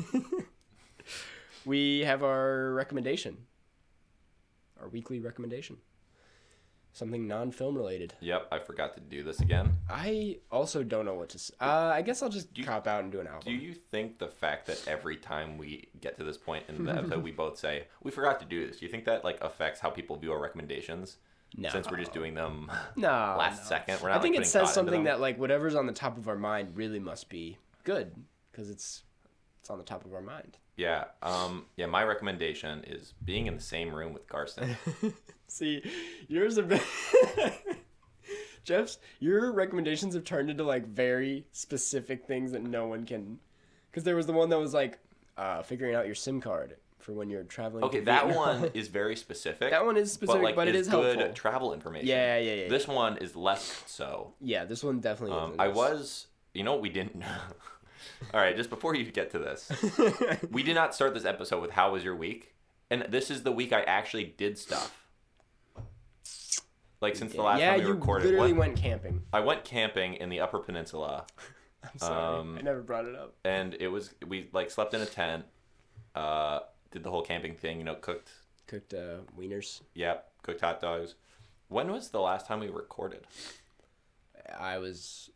we have our recommendation, our weekly recommendation, something non-film related. Yep, I forgot to do this again. I also don't know what to. s- Uh, I guess I'll just Do you- cop out and do an album. Do you think the fact that every time we get to this point in the episode, we both say we forgot to do this? Do you think that like affects how people view our recommendations? no, Since we're just doing them no last Oh, no. second, we're not. I think it like, putting says thought into something them. that like whatever's on the top of our mind really must be good because it's it's on the top of our mind. Yeah, um, yeah. My recommendation is being in the same room with Garson. See, yours have been. Jeff's, your recommendations have turned into like very specific things that no one can. Because there was the one that was like uh, figuring out your SIM card for when you're traveling. to Okay, that Vietnam. one is very specific. that one is specific, but, it is is helpful. good travel information. Yeah, yeah, yeah, This one is less so. yeah, this one definitely. Um, isn't. I was, you know, what we didn't. All right, just before you get to this, we did not start this episode with how was your week, and this is the week I actually did stuff. Like since the last yeah, time we you recorded, literally what- went camping. I went camping in the Upper Peninsula, I'm sorry, Um, I never brought it up. and it was we like slept in a tent, uh, did the whole camping thing, you know, cooked, Cooked uh, wieners. yep, cooked hot dogs. When was the last time we recorded? I was.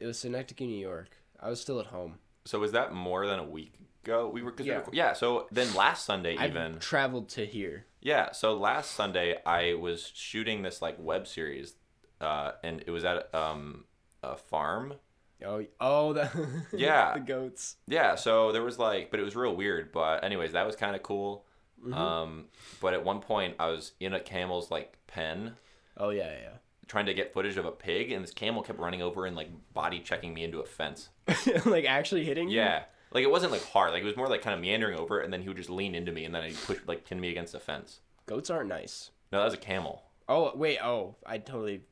It was Synecdoche, New York. I was still at home. So was that more than a week ago? We were 'cause we Yeah. record- yeah. So then last Sunday I even traveled to here. yeah. So last Sunday I was shooting this like web series, uh, and it was at um a farm. Oh, oh, the Yeah. the goats. Yeah. So there was like, but it was real weird. But anyways, that was kind of cool. Um, but at one point I was in a camel's like pen Oh yeah, yeah, trying to get footage of a pig, and this camel kept running over and like body checking me into a fence. yeah. like actually hitting. you? Yeah. Like it wasn't like hard. Like it was more like kind of meandering over, it, and then he would just lean into me, and then he push like pin me against the fence. goats aren't nice. No, that was a camel. Oh wait, oh I totally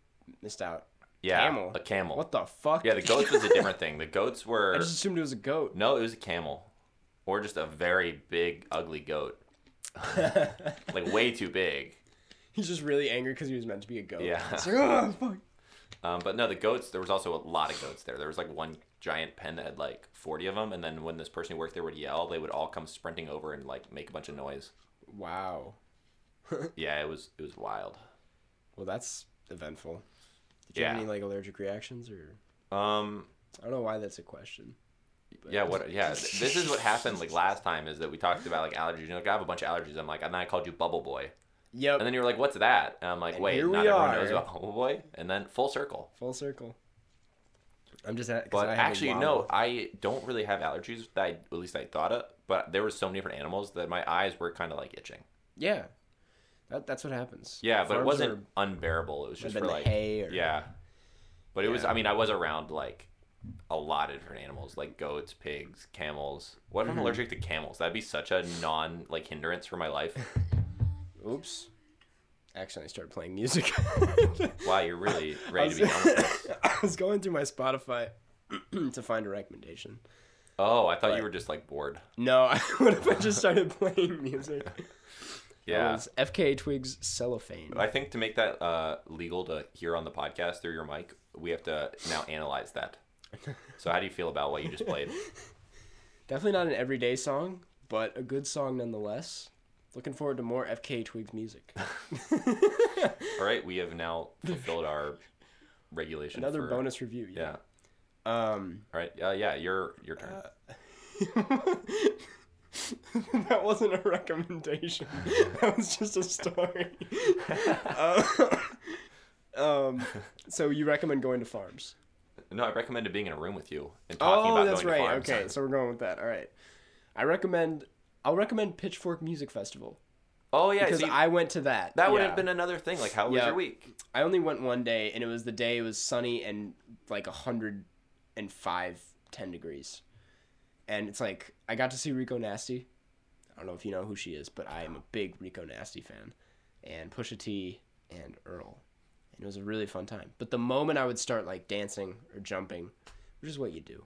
missed out. Yeah, Camel? A camel. What the fuck? Yeah, the goats was a different thing. The goats I were just assumed it was a goat. no, it was a camel, or just a very big ugly goat. like way too big. He's just really angry because he was meant to be a goat. Yeah. It's like, oh, fuck. Um, but no, the goats. There was also a lot of goats there. There was like one giant pen that had like forty of them, and then when this person who worked there would yell, they would all come sprinting over and like make a bunch of noise. Wow. Yeah, it was it was wild. Well, that's eventful. Did you have Yeah. any like allergic reactions or? Um, I don't know why that's a question. yeah, what? Yeah, th- this is what happened like last time is that we talked about like allergies. You're like, I have a bunch of allergies. I'm like, and then I called you Bubble Boy, Yep. and then you were like, What's that? And I'm like, And Wait, here not we everyone are. knows about Bubble Boy. And then full circle. Full circle. I'm just. At, 'cause But I have a actually, lot no, of- I don't really have allergies. That I, at least I thought it. But there were so many different animals that my eyes were kind of like itching. Yeah. That, that's what happens. Yeah, but it Farms wasn't are- unbearable. It was Would've just been for the like hay or- yeah. But it was. Yeah. I mean, I was around like a lot of different animals, like goats, pigs, camels. What Mm-hmm. if I'm allergic to camels? That'd be such a non like hindrance for my life. Oops. Accidentally started playing music. Wow, you're really ready to be was- done with this. I was going through my Spotify to find a recommendation. Oh, I thought you were just like bored. No, I would have just started playing music. That Yeah. was FKA Twigs Cellophane. I think to make that uh, legal to hear on the podcast through your mic, we have to now analyze that. So how do you feel about what you just played? Definitely not an everyday song, but a good song nonetheless. Looking forward to more FKA Twigs music. All right, we have now fulfilled our regulation. Another for- bonus review. Yeah. Yeah. Um, All right. Uh, yeah. Your your turn. Uh, that wasn't a recommendation. That was just a story. Uh, um, so you recommend going to farms? No, I recommended being in a room with you and talking about Oh, that's going right. to farms. okay, so we're going with that. All right. I recommend. I'll recommend Pitchfork Music Festival Oh yeah, because see, I went to that. that would Yeah. have been another thing. Like, how was Yeah. your week? I only went one day, and it was the day it was sunny and like 105, 10 degrees. And it's like, I got to see Rico Nasty. I don't know if you know who she is, but I am a big Rico Nasty fan. And Pusha T and Earl. And it was a really fun time. But the moment I would start like dancing or jumping, which is what you do,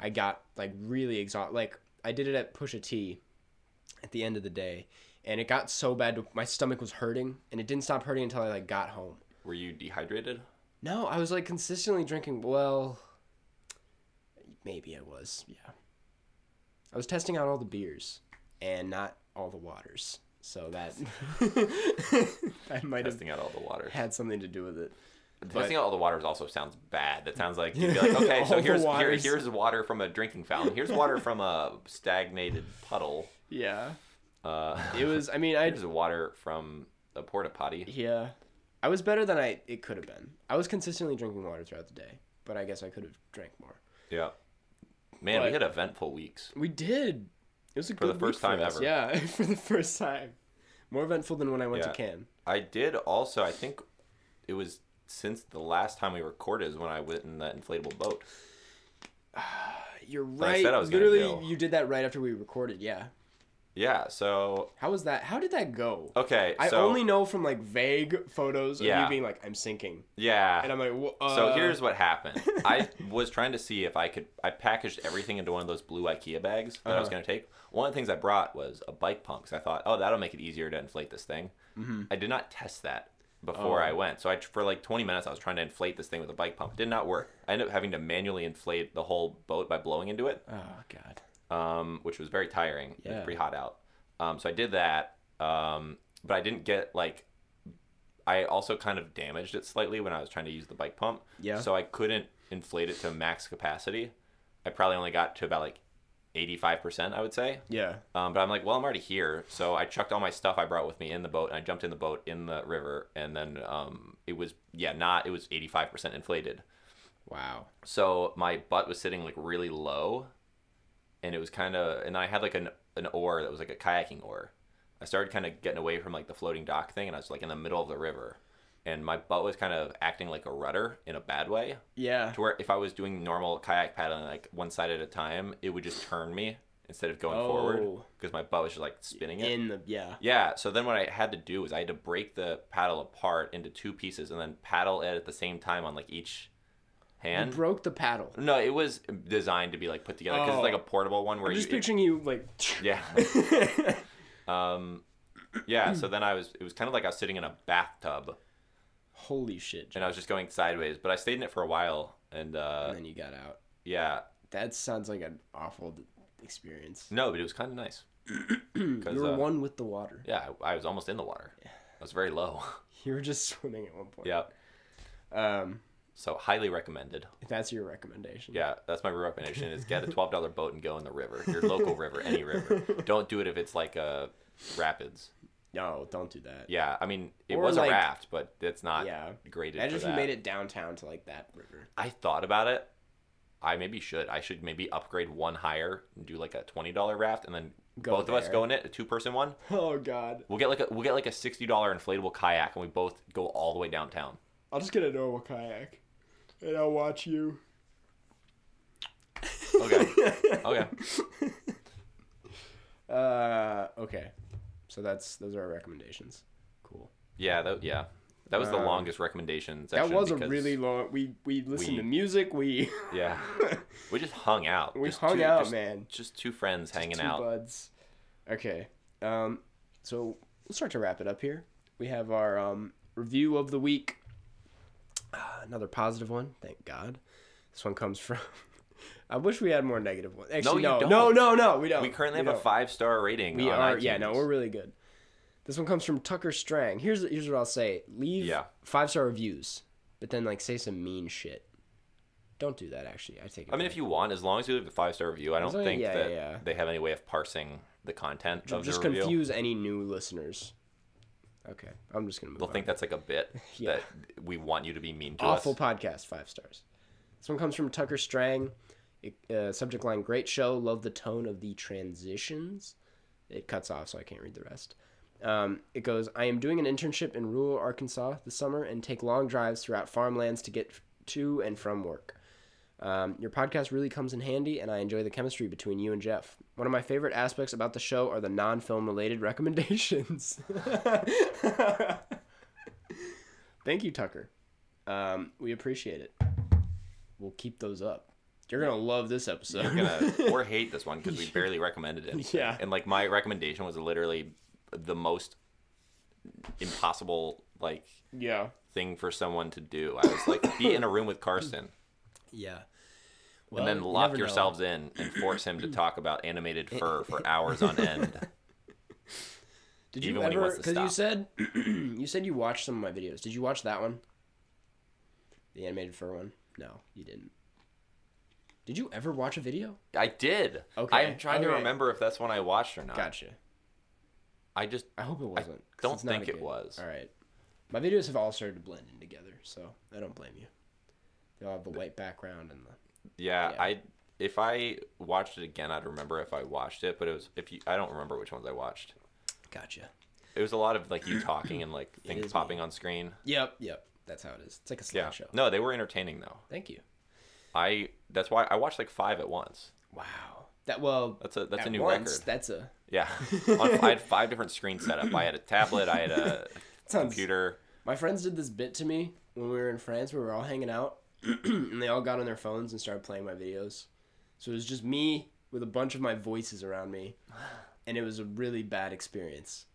I got like really exhausted. Like, I did it at Pusha T at the end of the day. And it got so bad, to- my stomach was hurting, and it didn't stop hurting until I like got home. Were you dehydrated? No, I was like consistently drinking. Well, maybe I was. Yeah, I was testing out all the beers and not all the waters, so that I might have Testing out all the water. had something to do with it. Testing out all the waters also sounds bad. That sounds like you'd be like, okay, All so the here's here, waters. here's water from a drinking fountain. Here's water from a stagnated puddle. Yeah, Uh, it was. I mean, I here's water from a porta potty. yeah, I was better than I it could have been. I was consistently drinking water throughout the day, but I guess I could have drank more. Yeah. Man, we But- had eventful weeks. We did. It was a For the good first week for time us. ever. Yeah, for the first time. More eventful than when I went Yeah. to Cannes. I did also. I think it was since the last time we recorded is when I went in that inflatable boat. You're I right. said I was gonna Literally, do. you did that right after we recorded. Yeah. Yeah. So How was that? How did that go? okay. I so, only know from like vague photos of Yeah. you being like, "I'm sinking," Yeah. and I'm like, "Wha- uh, so here's what happened. I was trying to see if I could. I packaged everything into one of those blue IKEA bags that I was Uh-huh. going to take. One of the things I brought was a bike pump because I thought, oh, that'll make it easier to inflate this thing. I did not test that before Mm-hmm. Oh. I went. So I for like 20 minutes I was trying to inflate this thing with a bike pump. It did not work. I ended up having to manually inflate the whole boat by blowing into it. oh god, um, which was very tiring. It was Yeah. pretty hot out. Um, so I did that, um, but I didn't get like. I also kind of damaged it slightly when I was trying to use the bike pump. Yeah. So I couldn't inflate it to max capacity. I probably only got to about like 85%, I would say. yeah, Um, but I'm like, well, I'm already here. So I chucked all my stuff I brought with me in the boat and I jumped in the boat in the river. And then um, it was, yeah, not, it was 85% inflated. wow, So my butt was sitting like really low, and it was kind of, and I had like an an oar that was like a kayaking oar. I started kind of getting away from like the floating dock thing, and I was like in the middle of the river, and my butt was kind of acting like a rudder in a bad way, yeah, to where if I was doing normal kayak paddling like one side at a time, it would just turn me instead of going forward Oh. because my butt was just like spinning it. in the yeah, Yeah, so then what I had to do was I had to break the paddle apart into two pieces and then paddle it at the same time on like each you hand. broke the paddle. No, it was designed to be like put together because Oh. it's like a portable one I'm where you. just picturing you like, yeah. um, Yeah, so then I was it was kind of like I was sitting in a bathtub Holy shit. John. and I was just going sideways, but I stayed in it for a while and uh And then you got out. yeah. That sounds like an awful d- experience. No, but it was kind of nice. Cuz You were uh, one with the water. yeah, I, I was almost in the water. I was very low. You were just swimming at one point. yeah. Um, So highly recommended. that's your recommendation. Yeah, that's my recommendation is get a $12 boat and go in the river. Your local river, any river. Don't do it if it's like a rapids. No, Oh, don't do that. Yeah, I mean, it Or was like- a raft, but it's not Yeah. graded Imagine for if that. you made it downtown to like that river. I thought about it. I maybe should. I should maybe upgrade one higher and do like a twenty dollar raft, and then Go both of us there. go in it, a two person one. Oh God. We'll get like a we'll get like a sixty dollar inflatable kayak, and we both go all the way downtown. I'll just get a normal kayak, and I'll watch you. Okay, okay. Uh, okay. So that's those are our recommendations. Cool. Yeah, that yeah. That was the Um, longest recommendation That section. was a because- really long. We we listened we- to music. We yeah. We just hung out. we Just hung two- out, just- man. Just two friends hanging Two out. buds. Okay. Um. So we'll start to wrap it up here. We have our um review of the week. Ah, another positive one. Thank God. This one comes from. I wish we had more negative ones. Actually, you no, no, don't. no, no, we don't. We currently have don't. a five star rating. We on are, yeah, iTunes. no, we're really good. This one comes from Tucker Strang. Here's here's what I'll say: leave Yeah. five star reviews, but then like say some mean shit. Don't do that. Actually, I take. It I mean, if you want, as long as you leave a five star review, I don't long as- think yeah, that yeah, yeah. they have any way of parsing the content of just the review. confuse any new listeners. Okay, I'm just gonna move. They'll on. think that's like a bit Yeah. that we want you to be mean to awful us. podcast five stars this one comes from tucker strang It- uh, subject line great show love the tone of the transitions it cuts off so i can't read the rest um, it goes i am doing an internship in rural arkansas this summer and take long drives throughout farmlands to get f- to and from work um, your podcast really comes in handy and i enjoy the chemistry between you and jeff one of my favorite aspects about the show are the non-film related recommendations thank you tucker um, we appreciate it. We'll keep those up. You're gonna love this episode. We're gonna or hate this one because we barely recommended it. Yeah. And like my recommendation was literally the most impossible like yeah. thing for someone to do. I was like, be in a room with Carson Yeah. and then lock yourselves in and force him to talk about animated fur for hours on end. Did you even when he ever? wants to Because you stop. said you said you watched some of my videos. Did you watch that one? The animated fur one? No, you didn't. Did you ever watch a video? I did. Okay, I'm trying to okay. remember if that's one I watched or not. Gotcha. Uh, I just I hope it wasn't. 'cause don't it's not a think it good- was. All right. My videos have all started to blend in together, so I don't blame you. They all have the white background and the Yeah, Yeah. I if I watched it again, I'd remember if I watched it. But it was if you, I don't remember which ones I watched. gotcha. It was a lot of like you talking and like things is popping on screen. Yep, yep. That's how it is. It's like a Yeah, slideshow. no, they were entertaining though. Thank you. I that's why I watched like five at once. Wow. That well. That's a that's at a new once, record. That's a Yeah, on, I had five different screens set up. I had a tablet. I had a Sounds- computer. My friends did this bit to me when we were in France. We were all hanging out, and they all got on their phones and started playing my videos. So it was just me with a bunch of my voices around me, and it was a really bad experience.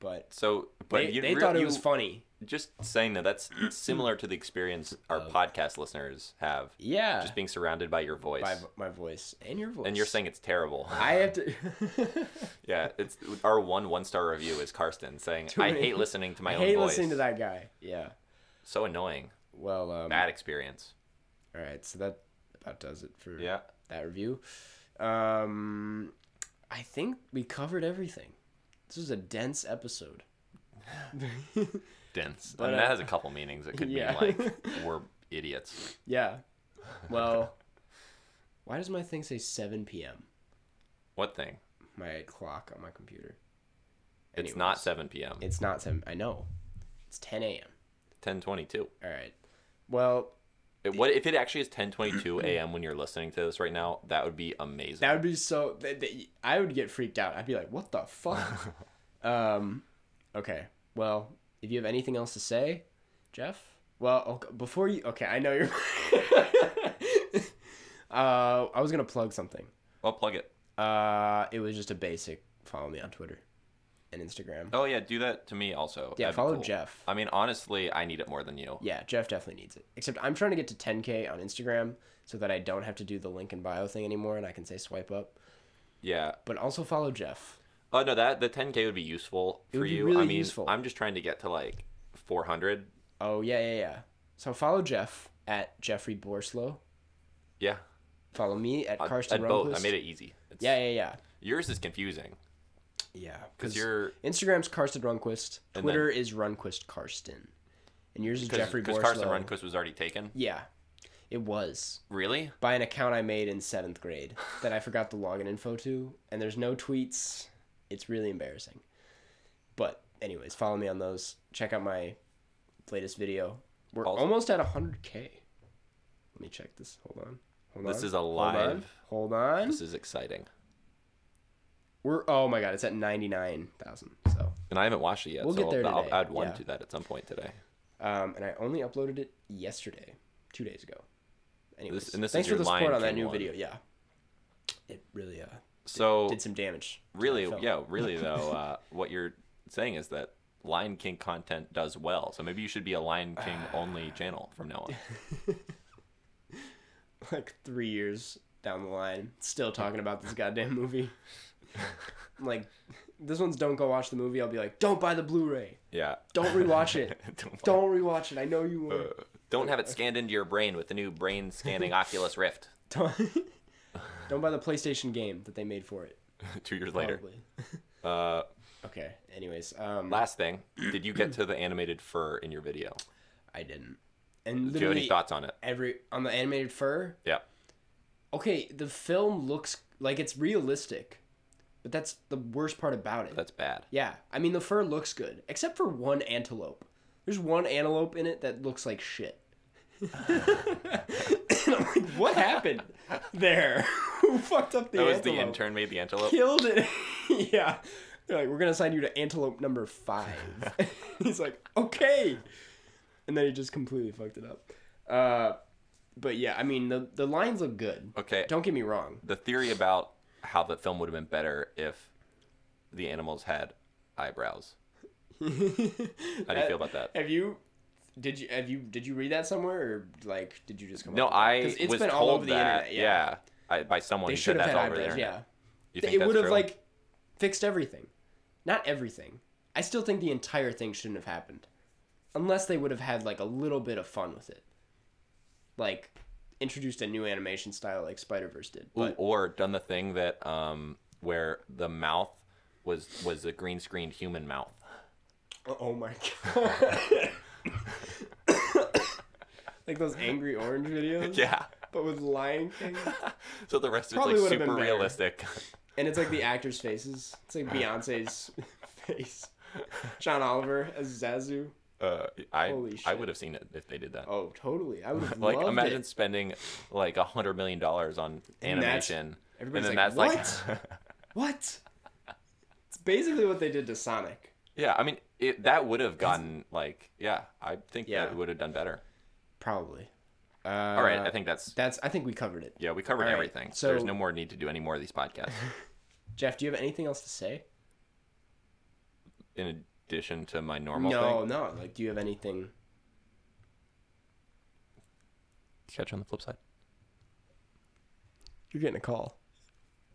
But So, but they, you they re- thought it you- was funny. Just saying that that's similar to the experience our podcast listeners have. Yeah, Just being surrounded by your voice, my vo- my voice and your voice. and you're saying it's terrible. I have to. Yeah, it's our one one star review is Karsten saying, "I many- hate listening to my I own hate voice. listening to that guy. Yeah. So annoying. Well, um, Bad experience. all right. So that about does it for Yeah. that review. Um, I think we covered everything. This was a dense episode. Dense. But, I mean, that uh, has a couple meanings. It could yeah. mean like we're idiots. Yeah. Well, why does my thing say 7 p.m.? What thing? My clock on my computer. It's not Anyways. seven p.m. It's not 7. I know. It's 10 a.m. Ten twenty two. All right. Well, What if it actually is ten twenty two a.m. when you're listening to this right now? That would be amazing. that would be so. That, that, I would get freaked out. I'd be like, what the fuck? um, okay. Well, if you have anything else to say, Jeff? Well, okay, before you. Okay, I know you're. uh, I was going to plug something. I'll plug it. Uh, it was just a basic follow me on Twitter. and Instagram. Oh yeah, do that to me also. Yeah, That'd be follow cool. Jeff. I mean, honestly, I need it more than you. Yeah, Jeff definitely needs it. Except I'm trying to get to 10K on Instagram so that I don't have to do the link in bio thing anymore and I can say swipe up. Yeah. But also follow Jeff. Oh no, that the 10k would be useful for would be you. I really mean, useful. I'm just trying to get to like 400. Oh, yeah, yeah, yeah. So follow Jeff at Jeffrey Borslow. Yeah. Follow me at I- Karsten I, both. I Rundquist. made it easy. It's, Yeah, yeah, yeah. Yours is confusing Yeah. because you're Instagram's Karsten Runquist. then- Twitter is Runquist Karsten. And yours is Jeffrey because Borslow. Carson Runquist was already taken. Yeah. It was. Really? by an account I made in seventh grade that I forgot the login info to, and there's no tweets. It's really embarrassing. But anyways, follow me on those. Check out my latest video. We're Also- almost at 100k. Let me check this. Hold on. Hold This on. is a Hold on. live. Hold on. This is exciting, We're oh my god, it's at 99,000. So, and I haven't watched it yet. We'll so get there I'll, I'll today, add one yeah. to that at some point today. um, and I only uploaded it yesterday, two days ago. Anyways, and this is thanks your for the Lion support on that King new one. video. Yeah, it really uh, So did some damage. to my really, film. yeah, really though, uh, what you're saying is that Lion King content does well. So maybe you should be a Lion King only channel from now on. like three years down the line, still talking about this goddamn movie. I'm like, this one's don't go watch the movie. I'll be like, don't buy the Blu-ray. Yeah. Don't rewatch it. Don't- Uh. don't rewatch it. I know you won't. Don't have it scanned into your brain with the new brain scanning Oculus Rift. Don't, don't buy the PlayStation game that they made for it. Two years later. Probably. Uh, Okay. Anyways, um, last thing, did you get to the animated fur in your video? I didn't. And Do you have any literally thoughts on it? every on the animated fur, Yeah. okay, the film looks like it's realistic, but that's the worst part about it. That's bad. Yeah, I mean the fur looks good, except for one antelope. There's one antelope in it that looks like shit. and I'm like, what happened there? Who fucked up the That was antelope? the intern made the antelope. Killed it. yeah. They're like, we're gonna assign you to antelope number five. He's like, okay. And then he just completely fucked it up. Uh, but yeah, I mean the the lines look good. Okay. Don't get me wrong. The theory about how the film would have been better if the animals had eyebrows. How do you feel about that? Have you? Did you have you did you read that somewhere or like did you just come? No, up with that? I 'Cause was told that. yeah, I, by someone they who should said have had that's all over the eyebrows. internet. Yeah, You think it that's would have true? like fixed everything. Not everything. I still think the entire thing shouldn't have happened, unless they would have had like a little bit of fun with it, like introduced a new animation style like Spider Verse did. Ooh, But or done the thing that um where the mouth was was a green screened human mouth. oh my god, like those Angry Orange videos. Yeah. but with Lion King. So the rest of Probably it's like would've been super better. realistic. And it's like the actors' faces. It's like Beyonce's face. John Oliver as Zazu. Uh, I Holy I shit. would have seen it if they did that. Oh, totally. I would have like loved imagine it. spending like a hundred million dollars on And that's- animation, and, everybody's then like, that's like, What? It's basically what they did to Sonic. yeah. I mean, it, that would have gotten like, yeah. I think Yeah. that would have done better. Probably. Uh, All right, I think that's that's. I think we covered it. yeah. We covered all right, everything. so- There's no more need to do any more of these podcasts. Jeff, do you have anything else to say? In addition to my normal no, thing, no. Like, do you have anything? catch you on the flip side. You're getting a call.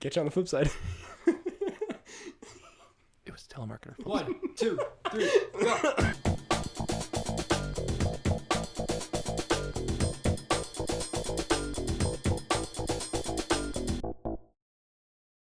Get you on the flip side. It was telemarketer. One, two, three, go.